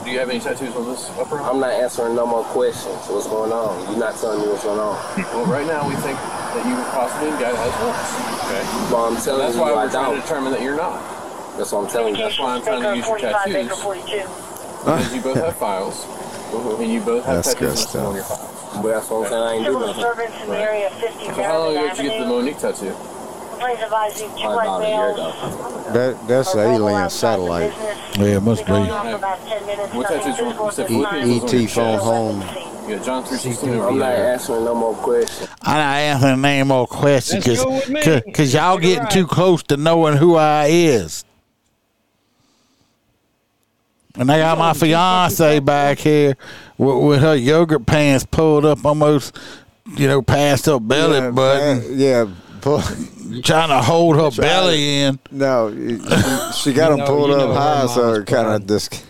Speaker 4: Do you have any tattoos on this upper? I'm not answering no more questions. What's going on? You're not telling me what's going on. well, right now we think that you possibly got has hooks. Okay. Well, I'm telling
Speaker 8: That's
Speaker 4: you,
Speaker 8: why
Speaker 4: I
Speaker 8: we're trying to
Speaker 4: don't. determine that you're not. That's what I'm telling you. That's why I'm trying to use your tattoos. Because you both have files, and you both have
Speaker 3: That's good
Speaker 4: tattoos listed
Speaker 3: stuff.
Speaker 4: on your files. But that's what I'm saying. I ain't doing
Speaker 5: Civil
Speaker 4: nothing.
Speaker 5: servants in the
Speaker 4: Right.
Speaker 5: area of 50
Speaker 4: So how long ago did you get the
Speaker 5: Maryland
Speaker 4: Monique tattoo?
Speaker 5: Avenue. Please advise you two
Speaker 4: About
Speaker 5: white
Speaker 4: a year
Speaker 5: males.
Speaker 4: ago.
Speaker 3: That that's the alien satellite.
Speaker 1: Yeah, it must be.
Speaker 4: What tattoos were you said
Speaker 3: E-
Speaker 4: Philippians was on
Speaker 3: E.T.
Speaker 4: your
Speaker 3: phone
Speaker 4: chest?
Speaker 3: home.
Speaker 4: Yeah, John 316 over
Speaker 3: I'm not
Speaker 4: there.
Speaker 3: answering no more questions.
Speaker 1: I'm not answering any more questions
Speaker 3: Let's go with me.
Speaker 1: because y'all getting too close to knowing who I is. And I got my fiance back here with, with her yogurt pants pulled up almost, you know, past her belly button.
Speaker 3: yeah, pull,
Speaker 1: trying to hold her
Speaker 3: Try-
Speaker 1: belly in.
Speaker 3: No, it- she got
Speaker 1: You
Speaker 3: them
Speaker 1: know-
Speaker 3: pulled
Speaker 1: you know
Speaker 3: up
Speaker 1: her
Speaker 3: high, so
Speaker 1: mom's
Speaker 3: it kind of disc.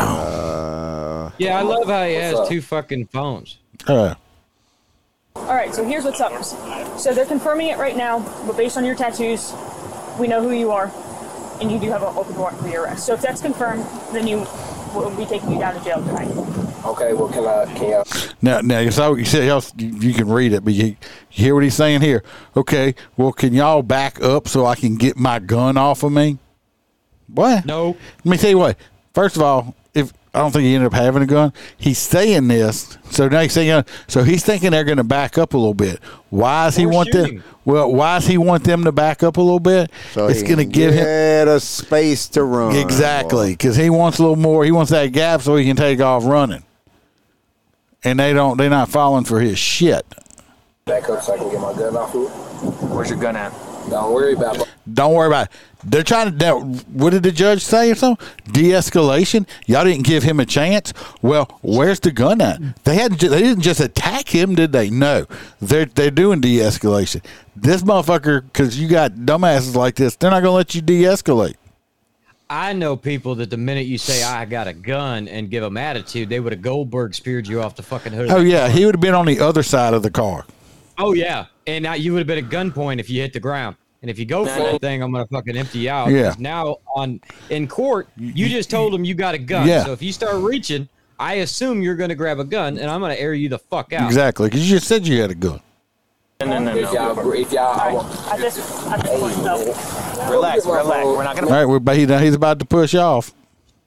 Speaker 3: Uh,
Speaker 2: Yeah, I love how he
Speaker 3: What's
Speaker 2: has
Speaker 3: up?
Speaker 2: two fucking phones.
Speaker 1: Uh,
Speaker 12: All right, so here's what's up. So they're confirming it right now, but based on your tattoos, we know who you are, and you do have an open warrant for your arrest. So if that's confirmed, then you will be taking you down to jail tonight.
Speaker 4: Okay, well, can I, can y'all,
Speaker 1: Now, now, so you said y'all, you, you can read it, but you, you hear what he's saying here. Okay, well, can y'all back up so I can get my gun off of me? What? No. Let me tell you what. First of all, if I don't think he ended up having a gun, he's saying this. So now he's saying, so he's thinking they're going to back up a little bit. Why does he
Speaker 3: Or
Speaker 1: want
Speaker 3: shoot
Speaker 1: them? Well, why does he want them to back up a little bit?
Speaker 3: so
Speaker 1: it's
Speaker 3: he
Speaker 1: going to
Speaker 3: can
Speaker 1: give him
Speaker 3: get a space to run.
Speaker 1: Exactly, because he wants a little more. He wants that gap so he can take off running. And they don't. They're not falling for his shit.
Speaker 4: back up so I can get my gun off of it?
Speaker 16: Where's your gun at?
Speaker 4: Don't worry about it.
Speaker 1: Don't worry about it. They're trying to. Now, what did the judge say or something? De-escalation. Y'all didn't give him a chance. Well, where's the gun at? They had. They didn't just attack him, did they? No. They're they're doing de-escalation. This motherfucker, because you got dumbasses like this, they're not gonna let you de-escalate.
Speaker 2: I know people that the minute you say I got a gun and give them attitude, they would have Goldberg speared you off the fucking hood. of
Speaker 1: Oh
Speaker 2: the
Speaker 1: yeah,
Speaker 2: car.
Speaker 1: he would have been on the other side of the car.
Speaker 2: Oh yeah, and now you would have been at gunpoint if you hit the ground. And if you go for that thing, I'm gonna fucking empty you out. 'Cause
Speaker 1: Yeah.
Speaker 2: Now on in court, you just told him you got a gun.
Speaker 1: Yeah.
Speaker 2: So if you start reaching, I assume you're gonna grab a gun, and I'm gonna air you the fuck out.
Speaker 1: Exactly, because you just said you had a gun.
Speaker 4: If y'all, if y'all, I want,
Speaker 12: At this, at this point, no.
Speaker 16: Relax, relax. We're not
Speaker 1: All right, we're, but he, he's about to push off.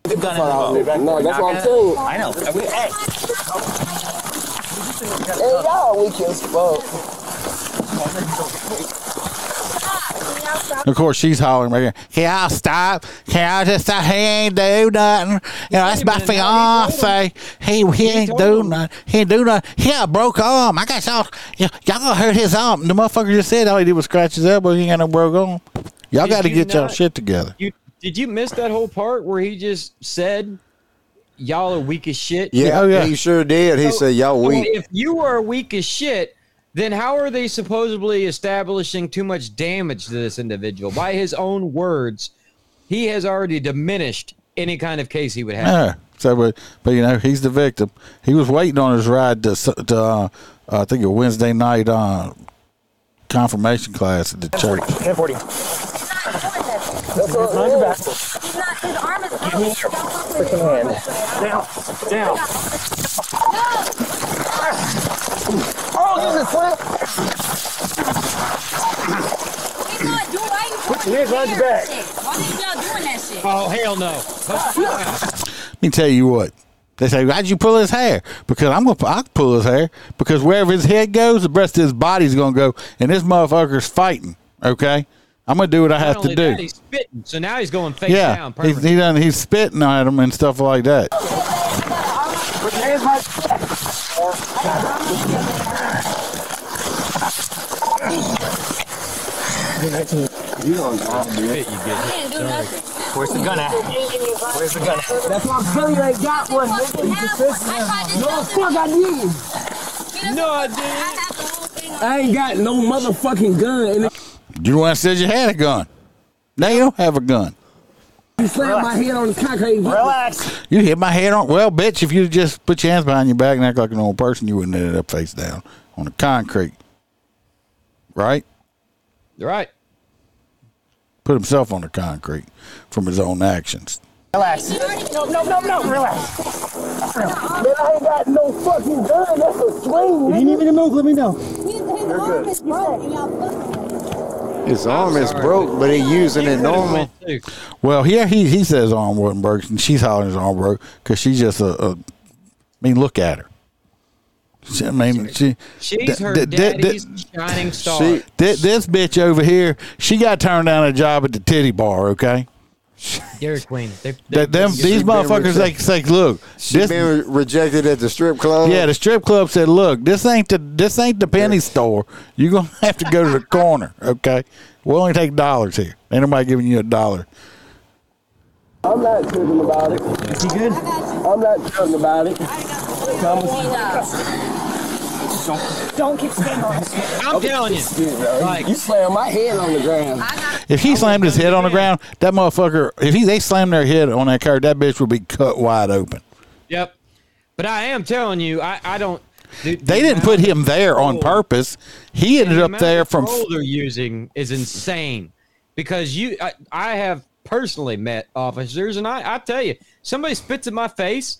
Speaker 16: Get the gun in the boat.
Speaker 4: No, that's what I'm saying.
Speaker 16: I know. Are we- hey.
Speaker 4: Hey, y'all weak as fuck.
Speaker 1: Of course, she's hollering right here. Can y'all stop? Can y'all just stop? He ain't do nothing. You know, that's my fiance. He he ain't do nothing. He ain't do nothing. He got a broke arm. I got y'all. y- Y'all gonna hurt his arm. The motherfucker just said all he did was scratch his elbow. He ain't got no broke arm. Y'all
Speaker 2: Did
Speaker 1: got to
Speaker 2: you
Speaker 1: get y'all
Speaker 2: not-
Speaker 1: shit together.
Speaker 2: You did you miss that whole part where he just said y'all are weak as shit?
Speaker 3: Yeah,
Speaker 1: oh,
Speaker 3: he sure did. He said, "Y'all
Speaker 2: So oh,
Speaker 3: weak."
Speaker 2: If you are weak as shit, then how are they supposedly establishing too much damage to this individual? By his own words, he has already diminished any kind of case he would have.
Speaker 1: Yeah. So, but, but you know, he's the victim. He was waiting on his ride to, s- to uh, I think a Wednesday night uh, confirmation class at the church.
Speaker 16: 1040.
Speaker 4: That's what
Speaker 16: Behind your back.
Speaker 4: Give me your freaking hand. Down, down. Oh, this is flip.
Speaker 5: Put your hands behind your back.
Speaker 2: Oh hell no!
Speaker 1: Let me tell you what. They say, "Why'd you pull his hair?" Because I'm gonna, I can pull his hair because wherever his head goes, the rest of his body's gonna go, and this motherfucker's fighting. Okay, I'm gonna do what I
Speaker 2: Not
Speaker 1: have to
Speaker 2: only that,
Speaker 1: do.
Speaker 2: he's spitting, so now he's going face
Speaker 1: Yeah,
Speaker 2: down.
Speaker 1: he's,
Speaker 2: Perfect.
Speaker 1: he done, he's spitting on him and stuff like that.
Speaker 4: You don't drop, dude.
Speaker 5: can't do nothing.
Speaker 4: Where's the gun at? Where's the gun at?
Speaker 5: That's why Billy ain't got one. nigga. You just listen to him. No, fuck, I did.
Speaker 2: No, I didn't.
Speaker 5: I ain't got no motherfucking gun. And
Speaker 1: You the one that said you had a gun. Now you don't have a gun.
Speaker 5: you slammed my head on the concrete. Relax.
Speaker 1: You hit my head on. Well, bitch, if you just put your hands behind your back and act like a normal person, you wouldn't ended up face down on the concrete. Right?
Speaker 2: Right.
Speaker 1: Put himself on the concrete from his own actions.
Speaker 5: Relax. No, no, no, no. Relax. Man, I ain't got no fucking gun. That's a swing. If you need me to move, let me know. His
Speaker 3: His arm is broke, but he's using it normal.
Speaker 1: Well, yeah, he he says his arm wasn't broke, and she's hollering his arm broke because she's just a, a. I mean, look at her. She, I mean, she.
Speaker 2: She's her
Speaker 1: th- th- th-
Speaker 2: daddy's shining star.
Speaker 1: She, thi- this bitch over here, she got turned down a job at the titty bar. Okay,
Speaker 2: Dairy Queen. They, they,
Speaker 1: that them
Speaker 3: She
Speaker 1: these
Speaker 3: been
Speaker 1: motherfuckers they
Speaker 3: rejected.
Speaker 1: say, look,
Speaker 3: She
Speaker 1: this,
Speaker 3: been rejected at the strip club.
Speaker 1: yeah, the strip club said, look, this ain't the this ain't the penny store. You're gonna have to go to the corner. Okay, we only take dollars here. Ain't nobody giving you a dollar.
Speaker 5: I'm not tripping about it. Is he good? I'm not tripping about it. Thomas. Don't keep standing on
Speaker 2: I'm telling you.
Speaker 5: Like, you slammed my head on the ground.
Speaker 1: If he slammed his head on the ground, that motherfucker. If he they slammed their head on that car, that bitch would be cut wide open.
Speaker 2: Yep. But I am telling you, I, I don't. the- the
Speaker 1: They didn't
Speaker 2: amount-
Speaker 1: put him there on purpose. He ended
Speaker 2: the
Speaker 1: up
Speaker 2: amount
Speaker 1: there
Speaker 2: of
Speaker 1: from
Speaker 2: control they're using is insane because you I, I have personally met officers and I, I tell you somebody spits in my face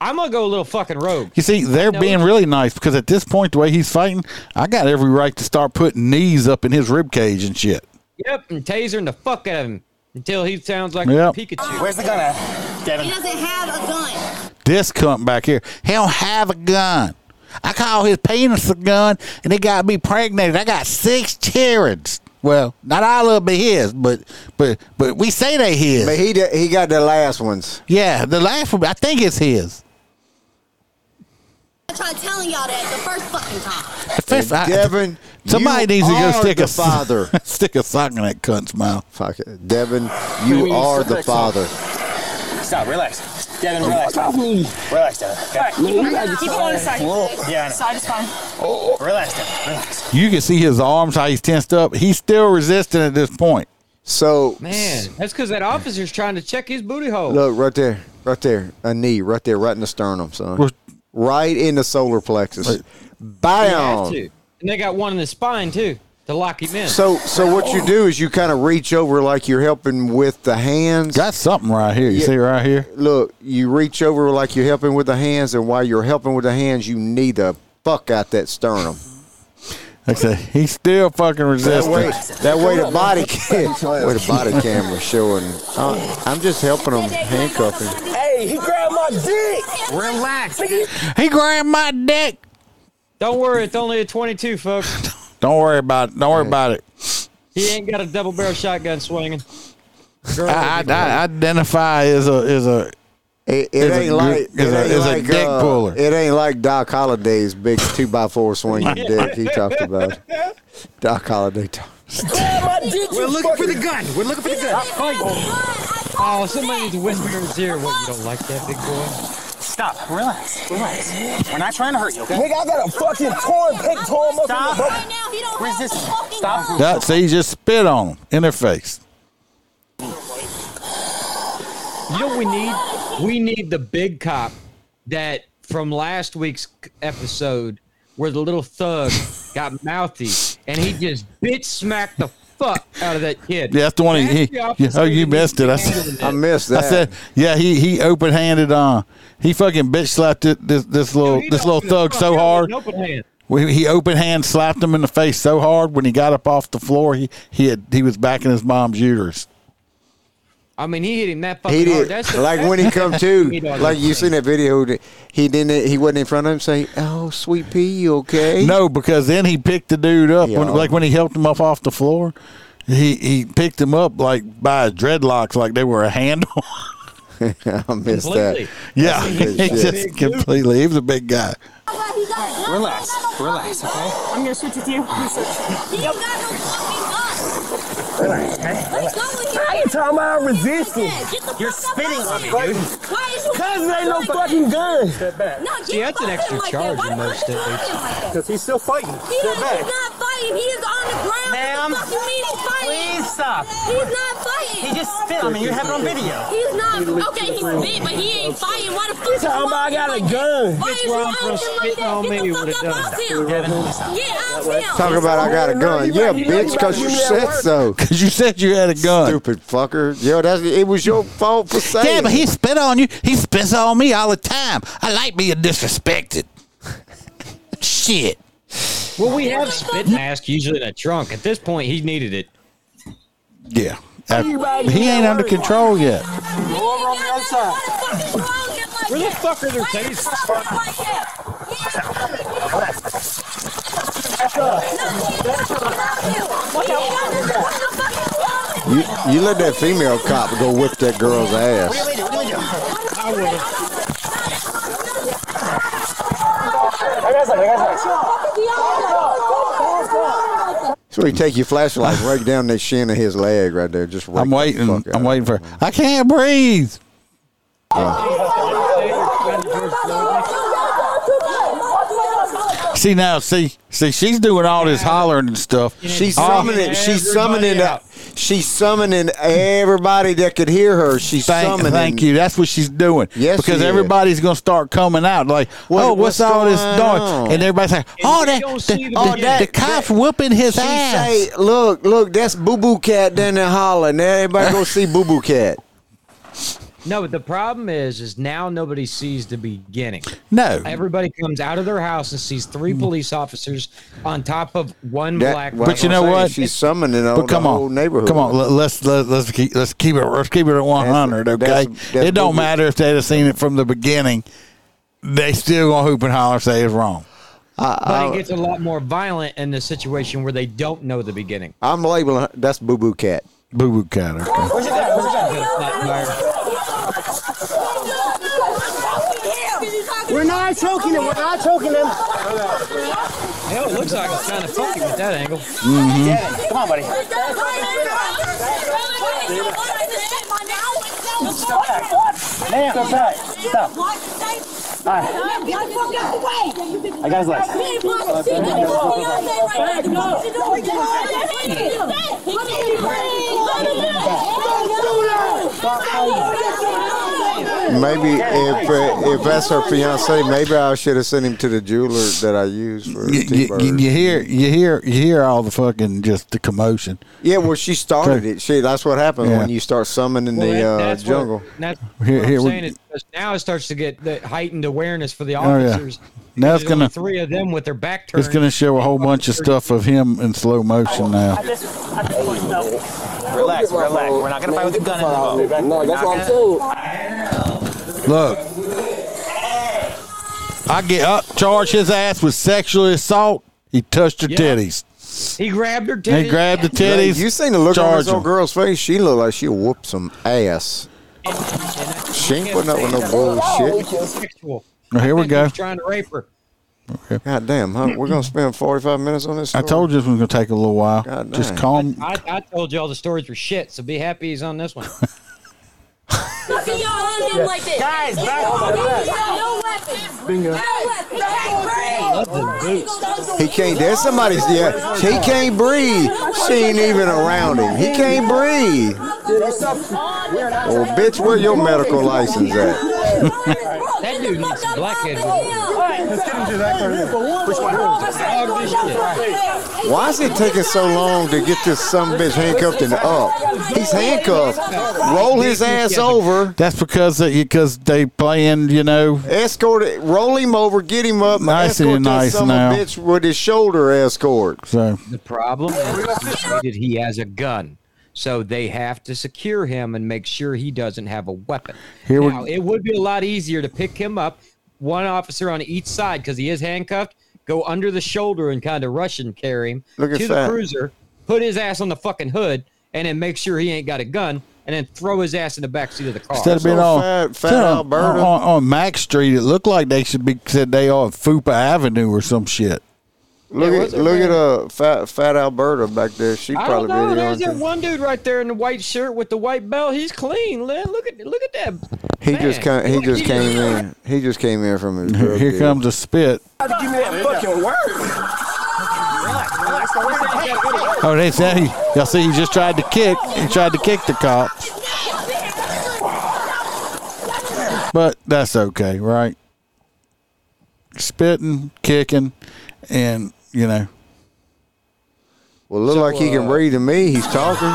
Speaker 2: I'm gonna go a little fucking rogue
Speaker 1: You see, they're
Speaker 2: No.
Speaker 1: being really nice because at this point, the way he's fighting, I got every right to start putting knees up in his rib cage and shit.
Speaker 2: yep and tasering the fuck out of him until he sounds like
Speaker 1: Yep.
Speaker 2: Pikachu where's the gun at
Speaker 13: He doesn't have a gun.
Speaker 1: This cunt back here, he don't have a gun. I call his penis a gun, and it got me pregnant. I got six children. Well, not all of them are his, but but but we say they his.
Speaker 3: But he did, he got the last ones.
Speaker 1: yeah, the last one I think it's his.
Speaker 13: I tried telling y'all that the first fucking time.
Speaker 1: The first- I-
Speaker 3: Devin,
Speaker 1: somebody
Speaker 3: you
Speaker 1: needs to go
Speaker 3: are
Speaker 1: stick
Speaker 3: the
Speaker 1: a
Speaker 3: father.
Speaker 1: stick a sock in that cunt's mouth.
Speaker 3: Fuck it. Devin, you are the father.
Speaker 16: Stop, relax. Devin, relax. Relax, Devin. Okay.
Speaker 12: Keep it on the side.
Speaker 16: Yeah, I know.
Speaker 12: Side is fine.
Speaker 16: Relax, Devin. Relax.
Speaker 1: You can see his arms how he's tensed up. He's still resisting at this point.
Speaker 3: So
Speaker 2: man that's because that officer's trying to check his booty hole
Speaker 3: look right there, right there, a knee, right there, right in the sternum, son,
Speaker 1: Well-
Speaker 3: right in the solar plexus.
Speaker 2: They have
Speaker 3: Bam.
Speaker 2: to. and they got one in the spine too to lock him in
Speaker 3: So, so what you do is you kind of reach over like you're helping with the hands.
Speaker 1: Got something right here. You
Speaker 3: Yeah.
Speaker 1: see right here?
Speaker 3: Look, you reach over like you're helping with the hands, and while you're helping with the hands, you need to fuck out that sternum.
Speaker 1: Okay. He's still fucking
Speaker 3: That
Speaker 1: resisting.
Speaker 3: way, that way the body can, way Oh, the body camera showing. I, I'm just helping them handcuff him.
Speaker 5: Hey, he grabbed my dick. Relax.
Speaker 1: He grabbed my dick.
Speaker 2: don't worry it's only a 22 folks
Speaker 1: Don't worry about it. Don't worry about it.
Speaker 2: he ain't got a double barrel shotgun swinging Girl,
Speaker 1: Ah, I, I, I identify as a is a
Speaker 3: It,
Speaker 1: Is
Speaker 3: it
Speaker 1: a
Speaker 3: ain't
Speaker 1: gr-
Speaker 3: like
Speaker 1: is
Speaker 3: it
Speaker 1: a-
Speaker 3: ain't
Speaker 1: is a
Speaker 3: like,
Speaker 1: dick
Speaker 3: uh,
Speaker 1: puller.
Speaker 3: It ain't like Doc Holliday's big two by four swinging dick he talked about. Doc Holliday. Talk.
Speaker 5: We're looking for the gun. We're looking for the gun.
Speaker 2: Oh, somebody needs to whisper in his ear. What, you don't like that, big boy?
Speaker 16: Stop, relax. Relax. We're not trying to hurt you, okay?
Speaker 5: Nigga, I got a fucking torn pectoral muscle.
Speaker 16: Stop.
Speaker 5: Resist.
Speaker 16: Stop.
Speaker 1: that see he just spit on him in their face.
Speaker 2: You know what we need? We need the big cop that from last week's episode where the little thug got mouthy and he just bitch smacked the fuck out of that kid.
Speaker 1: Yeah, that's the one he, he- yeah, oh you missed it. I, said,
Speaker 3: I missed that.
Speaker 1: I said yeah, he he open handed uh he fucking bitch slapped it, this this little this little thug so hard.
Speaker 2: Open hand.
Speaker 1: We, he open hand slapped him in the face so hard when he got up off the floor he he had he was back in his mom's uterus.
Speaker 2: I mean, he hit him that fucking
Speaker 3: He
Speaker 2: hard.
Speaker 3: did
Speaker 2: That's the-
Speaker 3: like when he
Speaker 2: that's
Speaker 3: come
Speaker 2: the-
Speaker 3: to,
Speaker 2: he done
Speaker 3: like you
Speaker 2: that.
Speaker 3: seen that video. that He didn't. He wasn't in front of him. Say, "Oh, sweet pea, you okay?"
Speaker 1: No, because then he picked the dude up, when,
Speaker 3: Yeah.
Speaker 1: like when he helped him up off the floor, he he picked him up like by his dreadlocks, like they were a handle.
Speaker 3: I missed
Speaker 1: that.
Speaker 3: Completely.
Speaker 1: Yeah,
Speaker 3: That's a good
Speaker 1: he
Speaker 3: shit.
Speaker 1: just completely. He was a big guy.
Speaker 12: Relax. Relax, okay? I'm gonna switch with you. Yep.
Speaker 5: How you talking about resisting?
Speaker 16: You're spitting on me, dude.
Speaker 5: Cause it ain't no fucking gun. Step back.
Speaker 2: See, that's an extra charge in most states.
Speaker 5: Cause he's still fighting.
Speaker 13: He is not fighting. He is on the ground.
Speaker 16: Ma'am,
Speaker 13: what the fuck you mean he's fighting?
Speaker 16: please stop.
Speaker 13: He's not fighting.
Speaker 16: He just spit on me. You have it on video.
Speaker 13: He's not. Okay, he spit, but he ain't fighting. Why the fuck?
Speaker 5: He's talking about I got a gun.
Speaker 13: Why is you out there like that? Get the fuck up off him. Get off him.
Speaker 3: Talk about I got a gun. Yeah, bitch, because you said so.
Speaker 1: Because you said you had a gun.
Speaker 3: Stupid fucker. Yo, that's, it was your fault for saying
Speaker 1: Yeah, but he spit on you. He spits on me all the time. I like being disrespected. Shit.
Speaker 2: Well, we have spit mask usually in a trunk. At this point, he needed it.
Speaker 1: Yeah. Uh, he ain't under control yet.
Speaker 16: Go over on the other side.
Speaker 2: Where the fuck are their tasers?
Speaker 3: You, you let that female cop go whip that girl's ass. So he take your flashlight, right down that shin of his leg right there. Just
Speaker 1: I'm waiting. I'm waiting for. I can't breathe. See now, see, see, she's doing all this hollering and stuff.
Speaker 3: She's
Speaker 1: All-
Speaker 3: summoning. She's summoning up. She's summoning everybody that could hear her. She's
Speaker 1: Thank,
Speaker 3: summoning.
Speaker 1: thank you. That's what she's doing.
Speaker 3: Yes,
Speaker 1: because
Speaker 3: she is.
Speaker 1: everybody's gonna start coming out like, oh,
Speaker 3: what's
Speaker 1: what's, all this
Speaker 3: going
Speaker 1: noise?
Speaker 3: on?
Speaker 1: And everybody's like, oh, that, the,
Speaker 3: Oh,
Speaker 1: the-
Speaker 3: that-
Speaker 1: the cop's whooping his
Speaker 3: She
Speaker 1: ass.
Speaker 3: say, "Look, look, that's Boo Boo Cat down there hollering. Everybody go see Boo Boo Cat."
Speaker 2: No, but the problem is, is now nobody sees the beginning.
Speaker 1: No.
Speaker 2: Everybody comes out of their house and sees three
Speaker 3: Mm.
Speaker 2: police officers on top of one black.
Speaker 1: but you know what?
Speaker 3: She's summoning all
Speaker 1: But come
Speaker 3: the
Speaker 1: on,
Speaker 3: whole neighborhood.
Speaker 1: Come on, let- let's let, let's keep let's keep it let's keep it at one hundred. Okay,
Speaker 3: that's- that's
Speaker 1: it don't
Speaker 3: what we-
Speaker 1: matter if they'd have seen it from the beginning. They still gonna hoop and holler and say it's wrong.
Speaker 2: But it gets a lot more violent in the situation where they don't know the beginning.
Speaker 3: I'm labeling. her- That's Boo Boo Cat.
Speaker 1: Boo Boo Cat. Okay.
Speaker 16: Where's it at? Where's it
Speaker 5: We're not choking him. We're not choking him.
Speaker 2: Hell, it looks like it's kind of funky with that angle.
Speaker 3: Mm-hmm.
Speaker 5: Come on, buddy. Man, step back. Stop. I got his legs.
Speaker 3: Maybe if uh, if that's her fiance, maybe I should have sent him to the jeweler that I use for
Speaker 1: You, you- you-
Speaker 3: T-Bird.
Speaker 1: you hear you hear you hear all the fucking just the commotion.
Speaker 3: Yeah, well, she started it. She that's what happens
Speaker 1: Yeah.
Speaker 3: when you start summoning
Speaker 2: Well,
Speaker 3: the
Speaker 2: that-
Speaker 3: uh,
Speaker 2: that's what-
Speaker 3: jungle.
Speaker 2: that's
Speaker 1: Here-
Speaker 2: what
Speaker 1: here
Speaker 2: I'm
Speaker 1: we-
Speaker 2: saying is because now it starts to get the heightened awareness for the
Speaker 1: Oh, yeah.
Speaker 2: officers.
Speaker 1: Now it's
Speaker 2: There's only
Speaker 1: gonna-
Speaker 2: three of them with their back turned.
Speaker 1: It's gonna show a whole bunch of stuff of him in slow motion now.
Speaker 16: Relax, relax. We're not gonna fight with a gun involved.
Speaker 8: No, that's what I'm saying.
Speaker 1: Look, I get up, charge his ass with sexual assault. He touched her titties.
Speaker 2: He grabbed her titties.
Speaker 1: He grabbed the titties.
Speaker 3: you seen the look on
Speaker 1: charged
Speaker 3: this old
Speaker 1: him.
Speaker 3: girl's face? She looked like she whooped some ass. She ain't putting up with no bullshit.
Speaker 2: Sexual.
Speaker 1: Well, here we
Speaker 2: He
Speaker 1: go.
Speaker 2: was trying to rape her.
Speaker 3: God damn, huh? We're gonna spend forty five minutes on this.
Speaker 1: I
Speaker 3: story?
Speaker 1: told you this was gonna take a little while. Just
Speaker 3: dang.
Speaker 1: calm.
Speaker 2: I, I told you all the stories were shit, so be happy he's on this one.
Speaker 16: Guys,
Speaker 3: He can't. There's somebody's. Yeah, he can't breathe. She ain't even around him. He can't breathe. Well, bitch, where your medical license at?
Speaker 2: that dude needs some blackhead.
Speaker 3: Why is it taking so long to get this some bitch handcuffed and up? He's handcuffed. Roll his ass over.
Speaker 1: That's because because they playing, you know.
Speaker 3: Escort it. Roll him over. Get him up.
Speaker 1: Nice and
Speaker 3: escort that
Speaker 1: nice
Speaker 3: son of a
Speaker 1: now.
Speaker 3: bitch with his shoulder escort.
Speaker 1: So
Speaker 2: The problem is he stated he has a gun. So they have to secure him and make sure he doesn't have a weapon.
Speaker 1: Here we-
Speaker 2: now, it would be a lot easier to pick him up, one officer on each side because he is handcuffed, go under the shoulder and kind of rush and carry him
Speaker 3: Look at
Speaker 2: to the
Speaker 3: that.
Speaker 2: cruiser, put his ass on the fucking hood, and then make sure he ain't got a gun, and then throw his ass in the backseat of the car.
Speaker 1: Instead of being on, instead of on, on, on Mac Street, it looked like they should be said they are on Fupa Avenue or some shit.
Speaker 3: Look at look at uh, fat fat Alberta back there. She
Speaker 2: I don't
Speaker 3: probably
Speaker 2: know.
Speaker 3: video
Speaker 2: There's that one dude right there in the white shirt with the white belt. He's clean. Lin. Look at look at that.
Speaker 3: He just
Speaker 2: Man.
Speaker 3: came, he just came in. He just came in from his. drug
Speaker 1: Here
Speaker 3: deal.
Speaker 1: comes a spit.
Speaker 5: Give me that fucking word.
Speaker 1: Oh, they say y'all see he just tried to kick. He tried to kick the cop. But that's okay, right? Spitting, kicking, and you know.
Speaker 3: Well, look like he can
Speaker 2: uh,
Speaker 3: breathe to me. He's talking.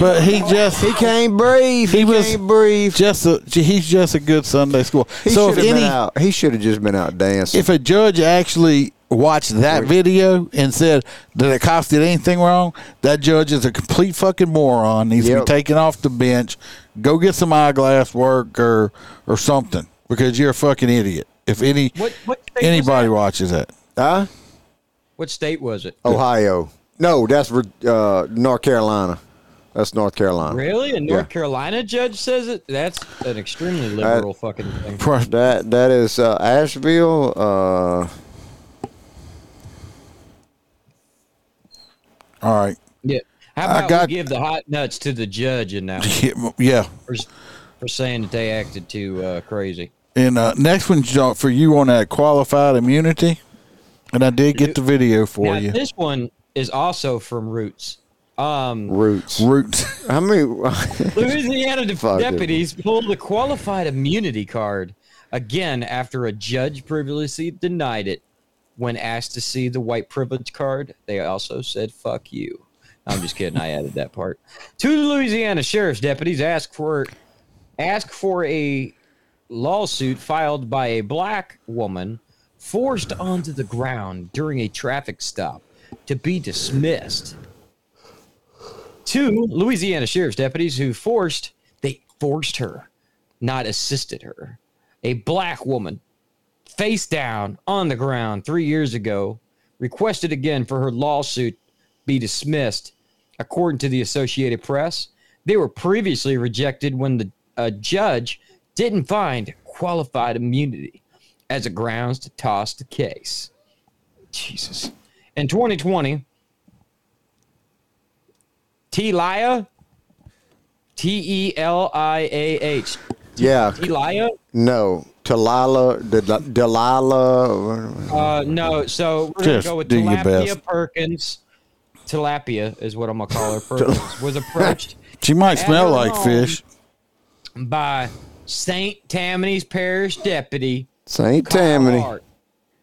Speaker 1: But he just
Speaker 3: he can't breathe. He,
Speaker 1: was
Speaker 3: can't breathe.
Speaker 1: Just a, he's just a good Sunday school.
Speaker 3: He
Speaker 1: so if
Speaker 3: should have
Speaker 1: any
Speaker 3: been out. He should have just been out dancing.
Speaker 1: if a judge actually watched that video and said that the cops did anything wrong, that judge is a complete fucking moron. Needs to
Speaker 3: Yep.
Speaker 1: be taken off the bench. Go get some eyeglass work or or something because you're a fucking idiot. If any anybody watches that,
Speaker 3: huh?
Speaker 2: What state was it?
Speaker 3: Ohio. No, that's uh, North Carolina. That's North Carolina.
Speaker 2: Really? A North
Speaker 3: Yeah.
Speaker 2: Carolina judge says it? That's an extremely
Speaker 1: Uh,
Speaker 2: liberal fucking thing.
Speaker 3: That that is uh, Asheville. Uh,
Speaker 1: All right.
Speaker 2: Yeah. How
Speaker 1: I
Speaker 2: about
Speaker 1: got-
Speaker 2: we give the hot nuts to the judge in that one
Speaker 1: Yeah, yeah.
Speaker 2: for, for saying that they acted too uh, crazy?
Speaker 1: And uh, next one's uh, for you on that qualified immunity, and I did get the video for
Speaker 2: Now,
Speaker 1: you.
Speaker 2: This one is also from Roots. Um,
Speaker 3: Roots.
Speaker 1: Roots.
Speaker 3: How many?
Speaker 2: Louisiana de-
Speaker 3: Fuck it.
Speaker 2: deputies pulled the qualified immunity card again after a judge previously denied it. When asked to see the white privilege card, they also said "fuck you." I'm just kidding. I added that part. Two Louisiana sheriff's deputies asked for asked for a lawsuit filed by a black woman forced onto the ground during a traffic stop to be dismissed. Two Louisiana sheriff's deputies who forced they forced her, not assisted her. A black woman face down on the ground three years ago requested again for her lawsuit be dismissed according to the associated press they were previously rejected when the a judge didn't find qualified immunity as a grounds to toss the case jesus in 2020 Telia T E L I A H
Speaker 3: yeah.
Speaker 2: Telia
Speaker 3: No. Talala. Del- Delilah.
Speaker 2: Uh, no, so we're gonna
Speaker 3: Just
Speaker 2: go with
Speaker 3: do your best.
Speaker 2: Tilapia Perkins. Tilapia is what I'm gonna call her. Perkins was approached
Speaker 1: She might
Speaker 2: At
Speaker 1: smell
Speaker 2: her
Speaker 1: like
Speaker 2: home.
Speaker 1: fish.
Speaker 2: by St. Tammany's Parish Deputy
Speaker 3: Saint Tammany.
Speaker 2: Hart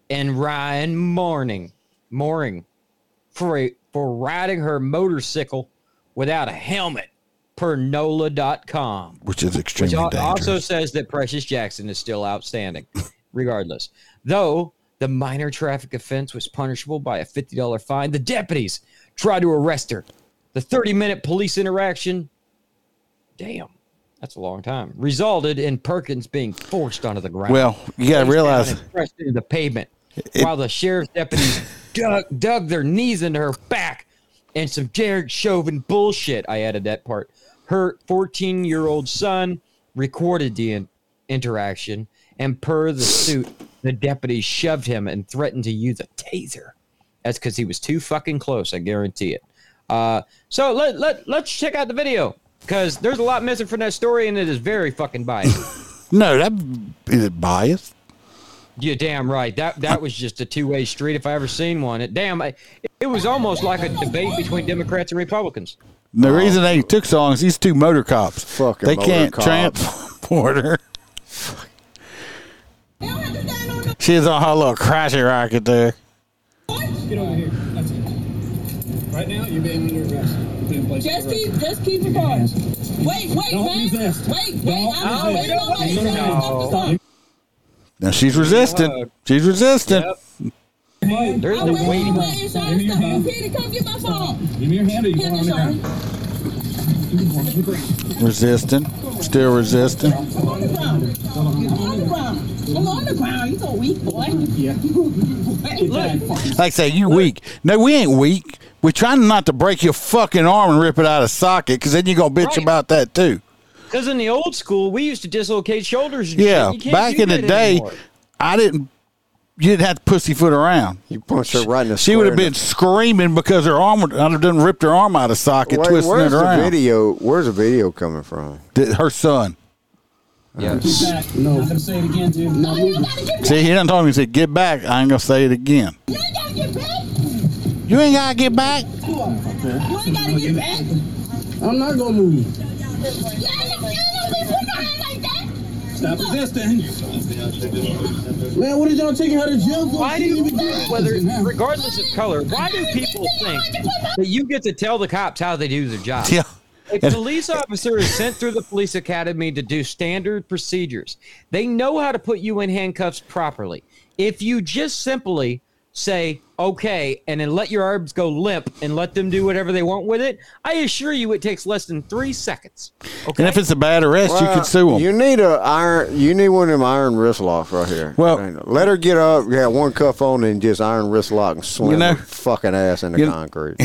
Speaker 2: and Ryan Morning Mooring for a, for riding her motorcycle without a helmet per NOLA.com.
Speaker 1: Which is extremely
Speaker 2: al-
Speaker 1: dangerous.
Speaker 2: also says that Precious Jackson is still outstanding, regardless. Though the minor traffic offense was punishable by a $50 fine, the deputies tried to arrest her. The 30 minute police interaction, damn, that's a long time, resulted in Perkins being forced onto the ground.
Speaker 1: Well, you gotta
Speaker 2: Face down
Speaker 1: realize-
Speaker 2: and pressed into the pavement while the sheriff's deputies dug, dug their knees into her back and some Jared Chauvin bullshit. I added that part. Her 14 year old son recorded the in- interaction, and per the suit, the deputy shoved him and threatened to use a taser. That's because he was too fucking close. I guarantee it. Uh, so let, let, let's check out the video because there's a lot missing from that story, and it is very fucking biased.
Speaker 1: No, that is it biased.
Speaker 2: You're damn right. That that was just a two way street if I ever seen one. It, damn, I, it was almost like a debate between Democrats and Republicans.
Speaker 1: And The reason they took so long is these two motor cops. Fucking they
Speaker 3: motor
Speaker 1: can't
Speaker 3: cops.
Speaker 1: transport her. She's on her little crashy rocket there.
Speaker 5: Get over here. That's it. Right now, you're being under arrest. You're being placed
Speaker 17: Just
Speaker 5: under arrest.
Speaker 17: keep, just keep it going. Wait, wait,
Speaker 5: Don't
Speaker 17: man.
Speaker 5: resist.
Speaker 17: Wait, wait.
Speaker 5: Don't
Speaker 17: I'm
Speaker 5: resist.
Speaker 17: waiting on my
Speaker 5: No, no, no.
Speaker 17: son.
Speaker 1: Now she's resisting. She's resisting.
Speaker 2: There's
Speaker 17: I'm
Speaker 2: no
Speaker 17: waiting on
Speaker 2: waiting.
Speaker 17: my insurance.
Speaker 5: your
Speaker 17: company.
Speaker 5: hand.
Speaker 17: Kitty, come get my phone.
Speaker 5: Give me your hand or you
Speaker 17: Hand
Speaker 5: going on the
Speaker 17: insurance.
Speaker 5: ground? You're going on the ground.
Speaker 1: Resisting. Still resisting.
Speaker 17: I'm on the ground. I'm on the ground. I'm on the ground. You so weak, boy. Yeah.
Speaker 1: Like I say, you weak. No, we ain't weak. We're trying not to break your fucking arm and rip it out of socket, because then you're gonna bitch
Speaker 2: Right.
Speaker 1: about that too.
Speaker 2: Because in the old school, we used to dislocate shoulders. And
Speaker 1: Yeah,
Speaker 2: shit. You can't
Speaker 1: back
Speaker 2: do
Speaker 1: in the
Speaker 2: that
Speaker 1: day,
Speaker 2: anymore.
Speaker 1: I didn't. You didn't have to pussyfoot around. You
Speaker 3: punched her right in the
Speaker 1: She would have
Speaker 3: square in
Speaker 1: been screaming because her arm would I'd have done ripped her arm out of socket,
Speaker 3: Wait,
Speaker 1: twisting
Speaker 3: where's
Speaker 1: it
Speaker 3: the
Speaker 1: around.
Speaker 3: video? Where's the video coming from?
Speaker 1: Th- Her son.
Speaker 3: Yes.
Speaker 5: No. I'm gonna say it again, dude. No, you gotta get
Speaker 1: See, he done told me. He said, "Get back." I ain't gonna say it again.
Speaker 5: You ain't gotta get back.
Speaker 1: You ain't gotta get back.
Speaker 5: You ain't gotta get back. I'm not gonna move. You ain't gonna be putting her hand like that. Stop resisting. Man, what is y'all taking her to jail for?
Speaker 2: Why do you, whether regardless of color, why do people think that you get to tell the cops how they do their job?
Speaker 1: Yeah.
Speaker 2: A police officer is sent through the police academy to do standard procedures. They know how to put you in handcuffs properly. If you just simply say okay and then let your arms go limp and let them do whatever they want with it, I assure you it takes less than three seconds. Okay.
Speaker 1: And if it's a bad arrest, you
Speaker 3: Well,
Speaker 1: can sue him.
Speaker 3: You need a iron. You need one of them iron wrist locks right here. Well, let her get up, got one cuff on, and just iron wrist lock and swing
Speaker 1: You know-
Speaker 3: her fucking ass in the
Speaker 1: you know-
Speaker 3: concrete.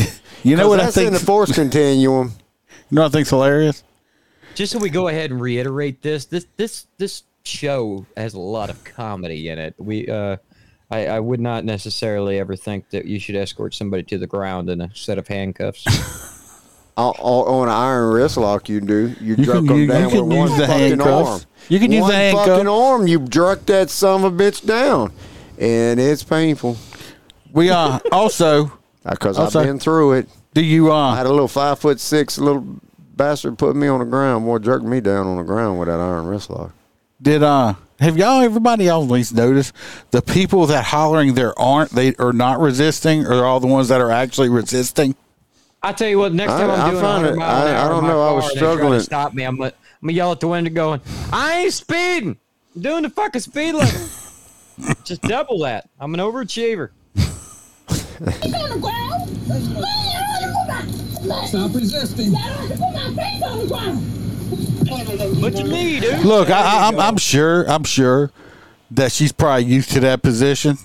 Speaker 1: you know
Speaker 3: 'Cause
Speaker 1: what I
Speaker 3: that's in
Speaker 1: think's-
Speaker 3: the force continuum.
Speaker 1: You know what I think's hilarious?
Speaker 2: Just so we go ahead and reiterate this, this this this show has a lot of comedy in it. We uh I, I would not necessarily ever think that you should escort somebody to the ground in a set of handcuffs.
Speaker 3: On, on on an iron wrist lock, you do. You,
Speaker 1: You
Speaker 3: jerk
Speaker 1: can-
Speaker 3: them
Speaker 1: you- you
Speaker 3: down
Speaker 1: can
Speaker 3: with one
Speaker 1: use the
Speaker 3: fucking
Speaker 1: handcuffs.
Speaker 3: arm.
Speaker 1: You can use
Speaker 3: one
Speaker 1: the handcuff.
Speaker 3: fucking arm. You jerk that son of a bitch down, and it's painful.
Speaker 1: We are also
Speaker 3: because I've
Speaker 1: also-
Speaker 3: been through it.
Speaker 1: Do you? Uh, I
Speaker 3: had a little five foot six little bastard put me on the ground. Boy, jerked me down on the ground with that iron wrist lock.
Speaker 1: Did uh have y'all everybody y'all at least noticed the people that hollering there aren't they are not resisting are all the ones that are actually resisting?
Speaker 2: I tell you what, next time
Speaker 1: I-
Speaker 2: I,
Speaker 1: I
Speaker 2: am doing
Speaker 1: found
Speaker 2: 100
Speaker 1: it-
Speaker 2: mile an
Speaker 1: I- I
Speaker 2: hour in
Speaker 1: don't
Speaker 2: my
Speaker 1: know, I
Speaker 2: car
Speaker 1: was
Speaker 2: and they try to
Speaker 1: struggling.
Speaker 2: Stop me! I'm gonna, I'm gonna yell at the window, going, "I ain't speeding. I'm doing the fucking speed limit. Just double that. I'm an overachiever."
Speaker 5: Stop resisting. What
Speaker 2: you mean, dude?
Speaker 1: Look, I, I, I'm I'm sure I'm sure that she's probably used to that position.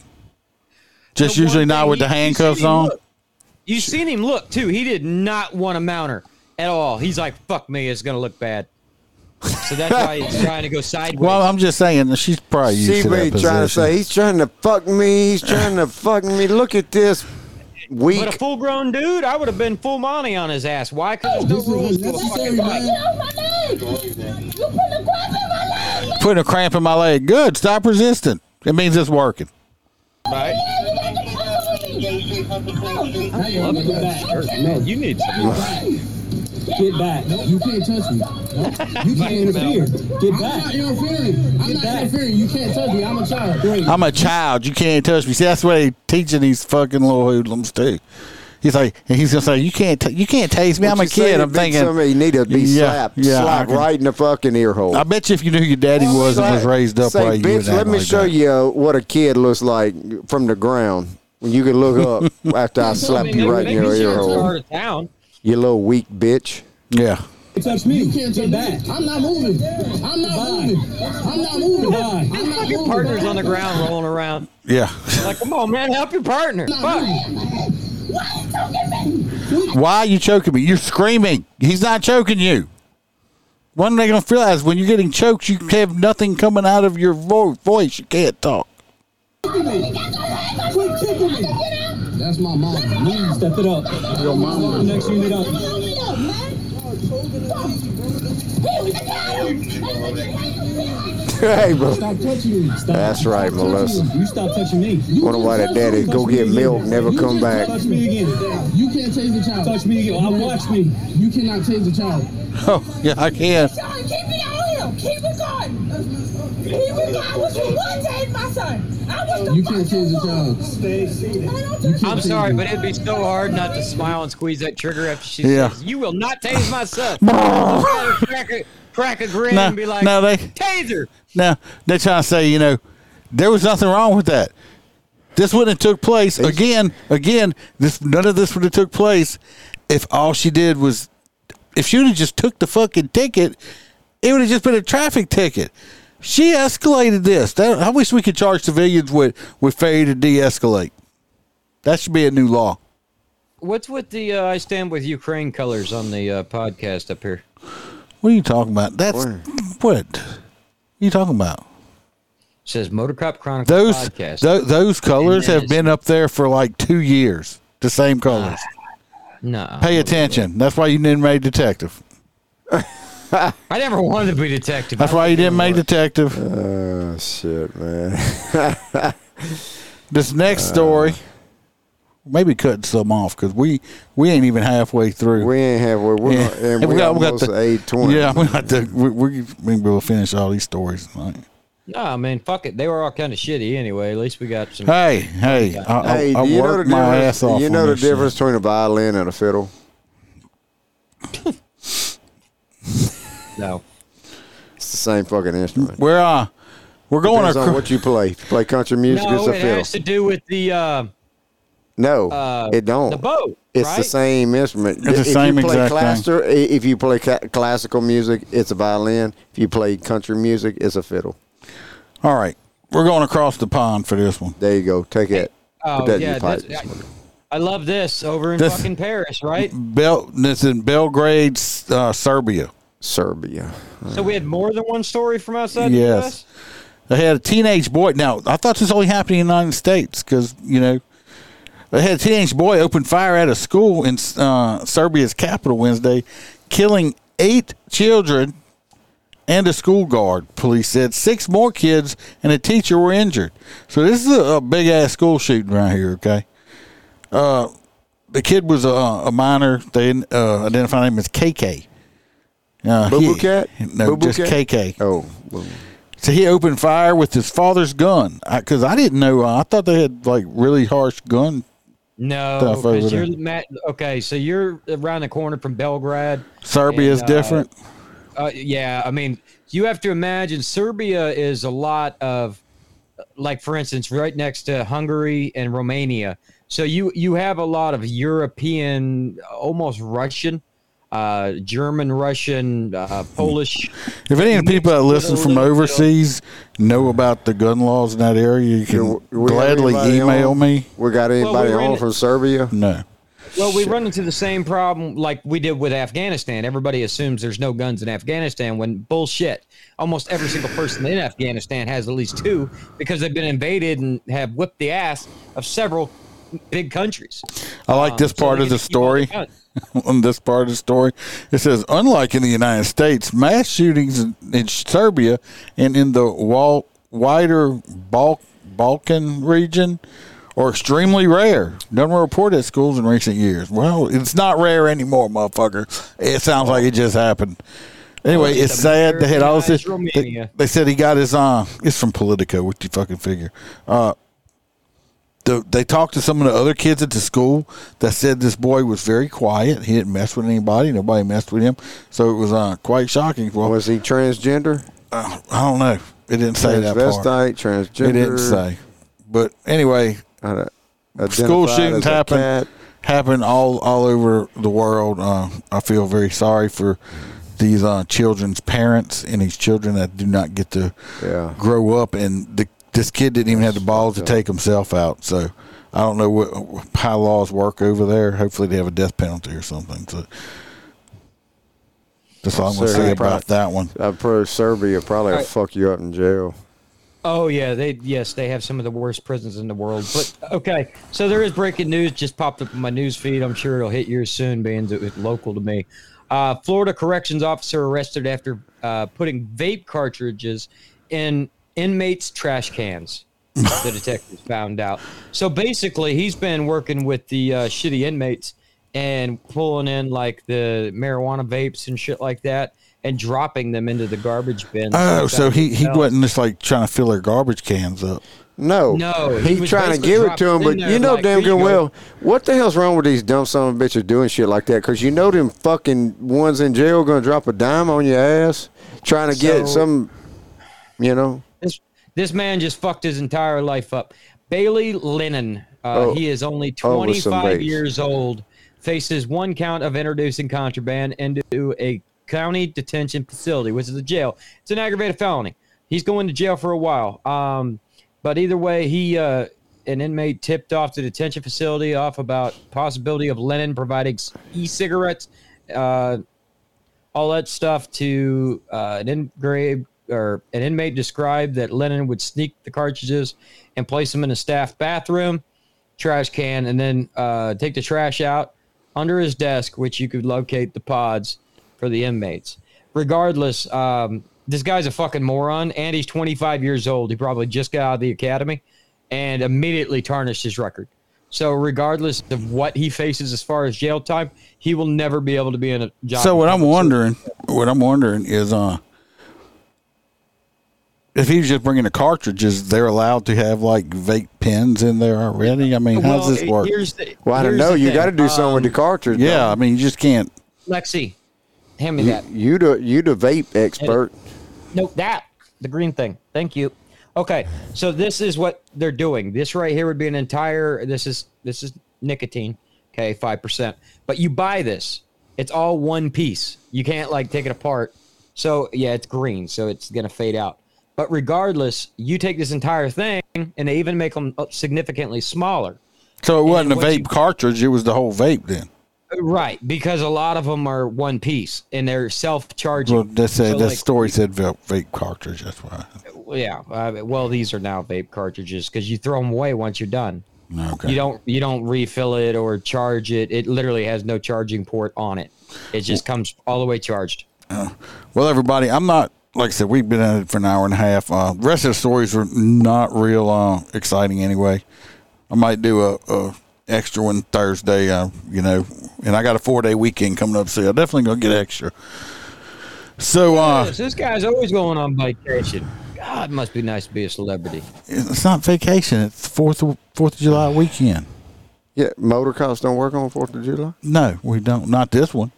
Speaker 1: Just usually not with the handcuffs on.
Speaker 2: You seen him look too. He did not want to mount her at all. He's like, "Fuck me, it's gonna look bad." So that's why he's trying to go sideways.
Speaker 1: Well, I'm just saying that she's probably used
Speaker 3: See
Speaker 1: to
Speaker 3: what
Speaker 1: that
Speaker 3: he's trying to
Speaker 1: position.
Speaker 3: say? He's trying to fuck me. He's trying to fuck me. Look at this weak.
Speaker 2: But a full grown dude, I would have been full money on his ass. Why? Because there's no rules to a fucking fight.
Speaker 1: Putting a cramp in my leg. Good. Stop resisting. It means it's working.
Speaker 2: Right?
Speaker 5: Get back. No,
Speaker 2: you need
Speaker 5: to get back. You can't touch me. You can't interfere. Get back. I'm not interfering. I'm not interfering. You can't touch me. I'm a child. Great.
Speaker 1: I'm a child. You can't touch me. See, that's what they teaching these fucking little hoodlums too. He's like, and he's gonna say, you can't, t- you can't taste me.
Speaker 3: What
Speaker 1: I'm a
Speaker 3: you say
Speaker 1: kid.
Speaker 3: to
Speaker 1: I'm
Speaker 3: beat
Speaker 1: thinking
Speaker 3: somebody, you need to be
Speaker 1: Yeah,
Speaker 3: slapped,
Speaker 1: yeah,
Speaker 3: slapped
Speaker 1: I can-
Speaker 3: right in the fucking ear hole.
Speaker 1: I bet you if you knew who your daddy was and was raised up
Speaker 3: Say,
Speaker 1: right, you
Speaker 3: bitch,
Speaker 1: wouldn't
Speaker 3: let
Speaker 1: act
Speaker 3: me
Speaker 1: like
Speaker 3: show
Speaker 1: that."
Speaker 3: you uh, what a kid looks like from the ground. When you can look up after I slap you right in your ear hole.
Speaker 2: Down.
Speaker 3: You little weak bitch.
Speaker 1: Yeah.
Speaker 5: touch me. You can't touch back. I'm not moving. I'm not moving. I'm not moving. I'm not
Speaker 2: Your
Speaker 5: moving.
Speaker 2: partner's on the ground rolling around.
Speaker 1: Yeah.
Speaker 2: Like, come on, man, help your partner. Fuck.
Speaker 1: Why are you choking me? You're screaming. He's not choking you. When are they gonna realize when you're getting choked, you have nothing coming out of your vo- voice. You can't talk.
Speaker 5: Quit kicking me. That's my mom. Please step it up. Your mom. Next unit up.
Speaker 3: hey, bro.
Speaker 5: Stop touching me. Stop.
Speaker 3: That's right,
Speaker 5: Stop touching
Speaker 3: Melissa.
Speaker 5: me. You stop touching me. You
Speaker 3: Wonder why that daddy go get milk, never come back.
Speaker 5: Touch me again. You can't change the child. Touch me again. Now watch me. You cannot change the child.
Speaker 1: Oh, yeah, I can.
Speaker 5: Keep me out here. Keep it going. Keep it going. I was the one to hate my son. I was the You can't change the child. Stay seated.
Speaker 2: I'm sorry, but it'd be so hard not to smile and squeeze that trigger after she
Speaker 1: Yeah.
Speaker 2: says, "You will not tase my son." I'd rather crack, a, crack a grin
Speaker 1: No,
Speaker 2: and be like,
Speaker 1: no, they-
Speaker 2: "Taser."
Speaker 1: Now they're trying to say, you know, there was nothing wrong with that. This wouldn't have took place again. Again, this none of this would have took place if all she did was if she would have just took the fucking ticket. It would have just been a traffic ticket. She escalated this. That, I wish we could charge civilians with with failure to de-escalate. That should be a new law.
Speaker 2: what's with the uh, I stand with Ukraine colors on the uh, podcast up here?
Speaker 1: What are you talking about? That's what? What are you talking about?
Speaker 2: It says Motor Cop Chronicles
Speaker 1: Those
Speaker 2: podcast.
Speaker 1: tho- those colors
Speaker 2: And
Speaker 1: have
Speaker 2: it's-
Speaker 1: been up there for like two years. The same colors.
Speaker 2: No.
Speaker 1: Pay attention. That's why you didn't make detective.
Speaker 2: I never wanted to be detective.
Speaker 1: That's
Speaker 2: I
Speaker 1: why you
Speaker 2: wanted to
Speaker 1: didn't make
Speaker 2: work.
Speaker 1: detective.
Speaker 3: Oh shit, man. Uh,
Speaker 1: this next story, maybe cutting some off because we we ain't even halfway through.
Speaker 3: We ain't halfway. We're
Speaker 1: Yeah.
Speaker 3: not- and we almost
Speaker 1: the-
Speaker 3: 8:20.
Speaker 1: Yeah, we got the, we, we, we will finish all these stories tonight.
Speaker 2: No, man, fuck it. They were all kind of shitty anyway. At least we got some.
Speaker 1: Hey, hey, I, I,
Speaker 3: Hey,
Speaker 1: I
Speaker 3: do you know the
Speaker 1: worked my
Speaker 3: difference?
Speaker 1: ass off.
Speaker 3: you
Speaker 1: on
Speaker 3: know the
Speaker 1: this shit.
Speaker 3: difference between a violin and a fiddle?
Speaker 2: no.
Speaker 3: It's the same fucking instrument.
Speaker 1: We're uh, we're going
Speaker 3: Depends on
Speaker 1: acro-
Speaker 3: what you play. If you play country music,
Speaker 2: no,
Speaker 3: it's a
Speaker 2: it
Speaker 3: fiddle.
Speaker 2: has to do with the. Uh,
Speaker 3: No,
Speaker 2: Uh,
Speaker 3: it don't.
Speaker 2: the bow,
Speaker 3: It's the
Speaker 2: right?
Speaker 3: same instrument.
Speaker 1: It's the same
Speaker 3: you play
Speaker 1: exact thing.
Speaker 3: claster- i- If you play ca- classical music, it's a violin. If you play country music, it's a fiddle.
Speaker 1: All right, we're going across the pond for this one.
Speaker 3: There you go. Take it.
Speaker 2: oh
Speaker 3: Put that in your
Speaker 2: yeah,
Speaker 3: pipe.
Speaker 2: this, I, I love this over in
Speaker 1: This-
Speaker 2: fucking Paris, right?
Speaker 1: Bel this in Belgrade, uh, Serbia.
Speaker 3: Serbia.
Speaker 2: So we had more than one story from outside the
Speaker 1: Yes.
Speaker 2: U.S.
Speaker 1: They had a teenage boy. Now, I thought this only happened in the United States because, you know, they had a teenage boy open fire at a school in uh, Serbia's capital Wednesday, killing eight children and a school guard. Police said six more kids and a teacher were injured. So this is a, big ass school shooting right here, okay? Uh, the kid was a, a minor. They uh, identified him as KK. Uh,
Speaker 3: Boo Boo
Speaker 1: he-
Speaker 3: Cat?
Speaker 1: No,
Speaker 3: Boo Boo
Speaker 1: just
Speaker 3: Cat?
Speaker 1: KK.
Speaker 3: Oh.
Speaker 1: So he opened fire with his father's gun because I, didn't know. Uh, I thought they had like really harsh gun.
Speaker 2: No,
Speaker 1: Stuff over
Speaker 2: because
Speaker 1: there.
Speaker 2: you're Matt, okay. So you're around the corner from Belgrade.
Speaker 1: Serbia is
Speaker 2: and, uh,
Speaker 1: different.
Speaker 2: Uh, yeah, I mean, you have to imagine Serbia is a lot of, like for instance, right next to Hungary and Romania. So you you have a lot of European, almost Russian, uh, German, Russian, uh, Polish.
Speaker 1: If any of the people that listen
Speaker 2: with a
Speaker 1: from
Speaker 2: little
Speaker 1: overseas know about the gun laws in that area, you can
Speaker 3: Do we have
Speaker 1: gladly
Speaker 3: anybody
Speaker 1: email
Speaker 3: on?
Speaker 1: me.
Speaker 3: We got
Speaker 2: we
Speaker 3: anybody
Speaker 2: ran
Speaker 3: on
Speaker 2: it-
Speaker 3: from Serbia?
Speaker 1: No.
Speaker 2: Well, we run into the same problem like we did with Afghanistan. Everybody assumes there's no guns in Afghanistan when bullshit. Almost every single person in Afghanistan has at least two because they've been invaded and have whipped the ass of several big countries.
Speaker 1: I like this
Speaker 2: Um, so
Speaker 1: part
Speaker 2: they
Speaker 1: of the
Speaker 2: get to keep all their
Speaker 1: story.
Speaker 2: guns.
Speaker 1: On this part of the story, it says, unlike in the United States, mass shootings in, in Serbia and in the wall, wider Balk, Balkan region are extremely rare. None were reported at schools in recent years. Well, it's not rare anymore, motherfucker. It sounds like it just happened. Anyway,
Speaker 2: Just
Speaker 1: it's sad they had all this.
Speaker 2: Americanized
Speaker 1: They,
Speaker 2: Romania.
Speaker 1: they said he got his uh, it's from Politico. What you fucking figure? Uh, the, they talked to some of the other kids at the school that said this boy was very quiet. He didn't mess with anybody. Nobody messed with him. So it was uh, quite shocking. Well,
Speaker 3: Was he transgender?
Speaker 1: uh, I don't know. It didn't say that part.
Speaker 3: Transvestite, transgender.
Speaker 1: It didn't say. But anyway, school
Speaker 3: uh, identified
Speaker 1: shootings
Speaker 3: as a
Speaker 1: happen happen all all over the world. Uh, I feel very sorry for these uh, children's parents and these children that do not get to
Speaker 3: Yeah.
Speaker 1: grow up. And the, this kid didn't even have the balls to take himself out. So I don't know what how laws work over there. Hopefully they have a death penalty or something. So that's all I'm going to
Speaker 3: Serbia
Speaker 1: say about
Speaker 3: probably-
Speaker 1: that one.
Speaker 3: I pro Uh, Serbia probably will
Speaker 2: Right.
Speaker 3: fuck you up in jail.
Speaker 2: Oh yeah, they yes, they have some of the worst prisons in the world. But okay, so there is breaking news just popped up in my news feed. I'm sure it'll hit yours soon, being that it's local to me. Uh, Florida corrections officer arrested after uh, putting vape cartridges in inmates' trash cans. the detectives found out. So basically, he's been working with the uh, shitty inmates and pulling in like the marijuana vapes and shit like that, and dropping them into the garbage bin.
Speaker 1: Oh, so he, he wasn't just like trying to fill their garbage cans up.
Speaker 3: No,
Speaker 2: No, he
Speaker 3: he's
Speaker 2: was
Speaker 3: trying to
Speaker 2: basically
Speaker 3: give it to him,
Speaker 2: dropped
Speaker 3: but
Speaker 2: in there
Speaker 3: you know
Speaker 2: like,
Speaker 3: damn
Speaker 2: "Here
Speaker 3: good
Speaker 2: you go."
Speaker 3: well what the hell's wrong with these dumb son of a bitches doing shit like that? Because you know them fucking ones in jail gonna drop a dime on your ass trying to get
Speaker 2: So-
Speaker 3: some, you know.
Speaker 2: This this man just fucked his entire life up. Bailey Lennon. Uh,
Speaker 3: Oh.
Speaker 2: he is only
Speaker 3: Oh, with some
Speaker 2: 25
Speaker 3: vapes.
Speaker 2: years old. Faces one count of introducing contraband into a county detention facility, which is a jail. It's an aggravated felony. He's going to jail for a while. Um, but either way, he uh, an inmate tipped off to detention facility off about possibility of Lennon providing e-cigarettes, uh, all that stuff to uh, an engraved or an inmate described that Lennon would sneak the cartridges and place them in a staff bathroom trash can and then uh, take the trash out under his desk, which you could locate the pods for the inmates. Regardless, um, this guy's a fucking moron, and he's 25 years old. He probably just got out of the academy and immediately tarnished his record. So, regardless of what he faces as far as jail time, he will never be able to be in a job.
Speaker 1: So what I'm wondering, what I'm wondering is, uh, if he was just bringing the cartridges, they're allowed to have like vape pens in there already. I mean, how
Speaker 2: Well,
Speaker 1: does this work?
Speaker 2: here's the-
Speaker 3: Well, I don't here's know. the You gotta thing. do something with the Um,
Speaker 1: cartridge. Yeah, I mean, you just can't.
Speaker 2: Lexi, hand me
Speaker 3: You,
Speaker 2: that.
Speaker 3: you the you the vape expert.
Speaker 2: No, that the green thing. Thank you. Okay, so this is what they're doing. This right here would be an entire. This is this is nicotine. Okay, five percent. But you buy this. It's all one piece. You can't like take it apart. So yeah, it's green. So it's gonna fade out. But regardless, you take this entire thing, and they even make them significantly smaller.
Speaker 1: So it wasn't a
Speaker 2: what
Speaker 1: vape cartridge; it was the whole vape. Then
Speaker 2: Right, because a lot of them are one piece, and they're self-charging.
Speaker 1: well, that said,
Speaker 2: So,
Speaker 1: that
Speaker 2: like,
Speaker 1: story said vape, vape cartridge. That's why.
Speaker 2: yeah uh, well these are now vape cartridges because you throw them away once you're done
Speaker 1: okay.
Speaker 2: you don't you don't refill it or charge it it literally has no charging port on it it just comes all the way charged
Speaker 1: Well, everybody, I'm not like I said. We've been at it for an hour and a half. Uh, the rest of the stories were not real uh, exciting anyway. I might do a, a extra one Thursday. Uh, you know, and I got a four day weekend coming up, so I'm definitely gonna get extra. So uh,
Speaker 2: this guy's always going on vacation god must be nice to be a celebrity
Speaker 1: it's not vacation. It's Fourth of, Fourth of July weekend.
Speaker 3: Yeah, motor cops don't work on Fourth of July.
Speaker 1: No, we don't. Not this one.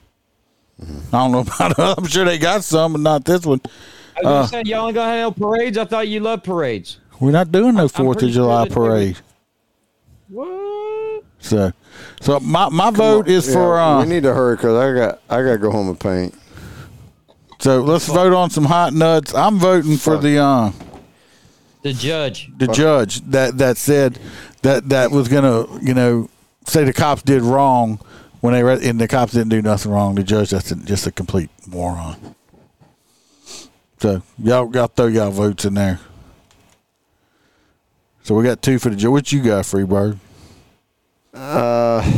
Speaker 1: I don't know about. I'm sure they got some, but not this one.
Speaker 2: i was
Speaker 1: Uh,
Speaker 2: just saying y'all ain't gonna have no parades i thought you loved parades
Speaker 1: We're not doing no Fourth of
Speaker 2: pretty
Speaker 1: July
Speaker 2: sure that they were-
Speaker 1: parade. What? So, so my my vote is
Speaker 3: Yeah,
Speaker 1: for. Uh,
Speaker 3: we need to hurry because I got I got to go home and paint.
Speaker 1: so let's vote on some hot nuts. I'm voting for the uh,
Speaker 2: the judge
Speaker 1: the judge that that said that that was gonna you know say the cops did wrong when they re- and the cops didn't do nothing wrong. The judge that's a, just a complete moron. So y'all y'all throw y'all votes in there. So we got two for the judge. What you got, Freebird?
Speaker 3: Uh, I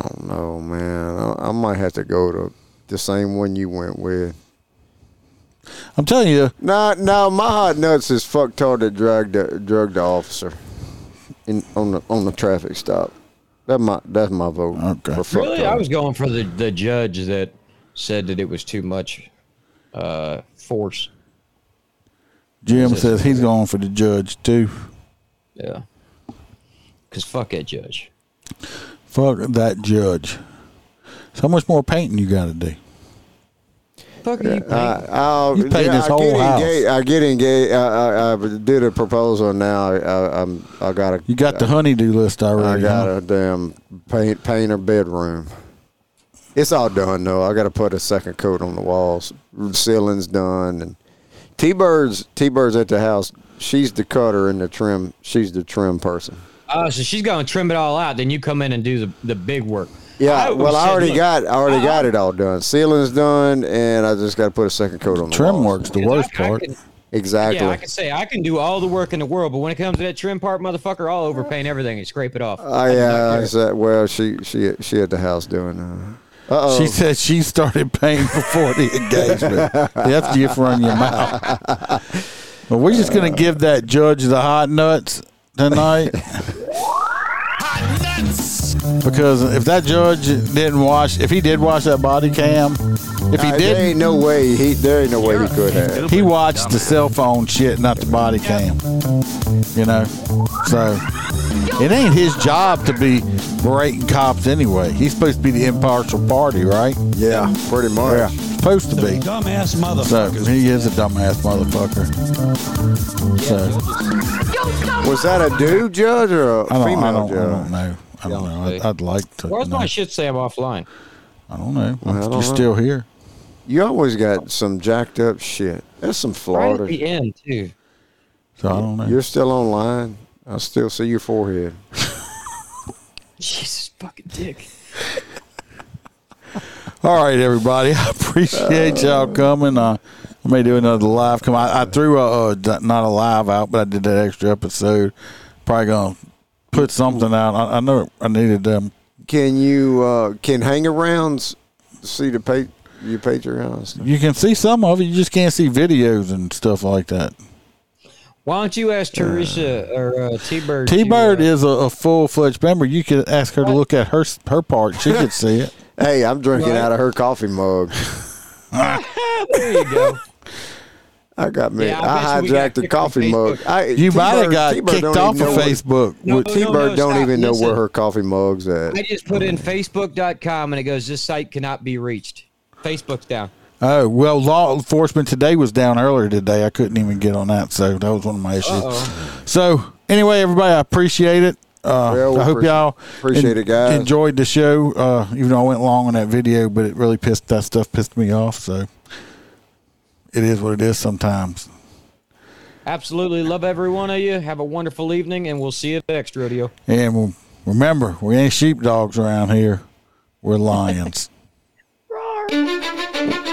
Speaker 3: don't know, man. I, I might have to go to the same one you went with.
Speaker 1: I'm telling you.
Speaker 3: No, no, my hot nuts is fucktard that dragged the, drugged the officer in on the on the traffic stop. That my that's my vote. Okay. For
Speaker 2: really i
Speaker 3: fucktard.
Speaker 2: was going for the the judge that said that it was too much uh force
Speaker 1: Jim says he's going for the judge too.
Speaker 2: yeah because fuck that judge
Speaker 1: Fuck that judge. So how much more painting you got to do?
Speaker 2: fuck
Speaker 3: Yeah, I, I'll-
Speaker 1: You paid this
Speaker 3: I
Speaker 1: whole
Speaker 3: get
Speaker 1: house.
Speaker 3: engaged- I get engaged. I, I, I did a proposal. Now I, I, I'm I got a.
Speaker 1: You got the honeydew list
Speaker 3: I
Speaker 1: already.
Speaker 3: got
Speaker 1: huh?
Speaker 3: a damn paint painter bedroom. It's all done though. I got to put a second coat on the walls. Ceiling's done, and T Bird's T Bird's at the house. She's the cutter and the trim. She's the trim person.
Speaker 2: Oh, so she's gonna trim it all out. Then you come in and do the, the big work.
Speaker 3: Yeah,
Speaker 2: would
Speaker 3: well, I
Speaker 2: say,
Speaker 3: already
Speaker 2: look,
Speaker 3: got I already got it all done. Ceiling's done, and I just got to put a second coat on the
Speaker 1: Trim
Speaker 3: walls.
Speaker 1: work's the worst
Speaker 2: I
Speaker 1: part.
Speaker 2: can-
Speaker 3: Exactly.
Speaker 2: Yeah, I can say I can do all the work in the world, but when it comes to that trim part, motherfucker, I'll overpaint everything and scrape it off.
Speaker 3: I Oh, yeah, I said, well, she she she at the house doing. Uh oh.
Speaker 1: She said she started paying before the engagement. That's you from your mouth. Well, we're just gonna give that judge the hot nuts tonight. Because if that judge didn't watch, if he did watch that body cam, if he
Speaker 3: Uh,
Speaker 1: did,
Speaker 3: there ain't no way he there ain't no way he could have.
Speaker 1: He watched the cell phone shit, not the body cam. You know, so it ain't his job to be berating cops anyway. He's supposed to be the impartial party, right?
Speaker 3: Yeah, pretty much.
Speaker 1: Yeah, supposed to be.
Speaker 11: Dumbass
Speaker 1: So he is a dumbass motherfucker. So
Speaker 3: Was that a dude judge or a
Speaker 1: I don't,
Speaker 3: female
Speaker 1: I don't, I
Speaker 3: judge?
Speaker 1: don't know. I don't know. I'd, I'd like to.
Speaker 2: Where's
Speaker 1: know.
Speaker 2: my shit say I'm offline?
Speaker 1: I don't know.
Speaker 3: I don't
Speaker 1: You're still here.
Speaker 3: You always got some jacked up shit. That's some
Speaker 2: Right
Speaker 3: Florida.
Speaker 2: at the end too.
Speaker 1: So I don't know.
Speaker 3: You're still online. I still see your forehead.
Speaker 2: Jesus fucking dick.
Speaker 1: All right, everybody. I appreciate y'all coming. Uh, I may do another live. Come, I, I threw a, a not a live out, but I did that extra episode. Probably gonna put something out. I, I know I needed them.
Speaker 3: Can you uh, can hang arounds see the pa- your Patreon?
Speaker 1: You can see some of it. You just can't see videos and stuff like that.
Speaker 2: Why don't you ask Teresa or uh, T Bird?
Speaker 1: T Bird is a, a full fledged member. You could ask her to look at her her part. She could see it.
Speaker 3: Hey, I'm drinking out of her coffee mug.
Speaker 2: there you go.
Speaker 3: I got me.
Speaker 2: Yeah,
Speaker 3: I,
Speaker 2: I bet you we got
Speaker 3: hijacked the
Speaker 2: kicked off
Speaker 3: coffee mug.
Speaker 2: Facebook.
Speaker 3: I,
Speaker 1: You might have
Speaker 3: T-Bird-
Speaker 1: got
Speaker 3: T-Bird
Speaker 1: kicked
Speaker 3: don't even
Speaker 1: off of
Speaker 3: know where-
Speaker 1: Facebook.
Speaker 2: No, no,
Speaker 3: T-Bird
Speaker 2: no,
Speaker 3: don't
Speaker 2: stop.
Speaker 3: even know
Speaker 2: Listen.
Speaker 3: where her coffee mug's at.
Speaker 2: I just put in Facebook.com and it goes, this site cannot be reached. Facebook's down.
Speaker 1: Oh well, law enforcement today was down earlier today. I couldn't even get on that, so that was one of my issues.
Speaker 2: Uh-oh.
Speaker 1: So anyway, everybody, I appreciate it. Uh,
Speaker 3: Well, we
Speaker 1: I hope
Speaker 3: appreciate-
Speaker 1: y'all
Speaker 3: appreciate it, guys.
Speaker 1: Enjoyed the show, uh, even though I went long on that video, but it really pissed that stuff pissed me off. So it is what it is sometimes.
Speaker 2: Absolutely love every one of you. Have a wonderful evening, and we'll see you at the next rodeo.
Speaker 1: And we'll- remember, we ain't sheepdogs around here. We're lions.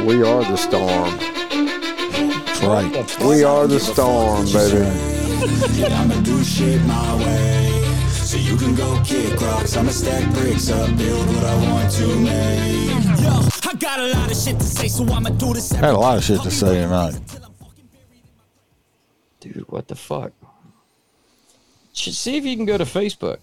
Speaker 3: We are the storm.
Speaker 1: That's right.
Speaker 3: We are the storm, baby.
Speaker 18: Yeah, I'ma do shit my way. So you can go kick rocks. I'ma stack bricks up, build what I want to make. Yo, I got a lot of shit to say, so I'ma do this.
Speaker 1: I had a lot of shit to say tonight.
Speaker 2: Dude, what the fuck? Should see if you can go to Facebook.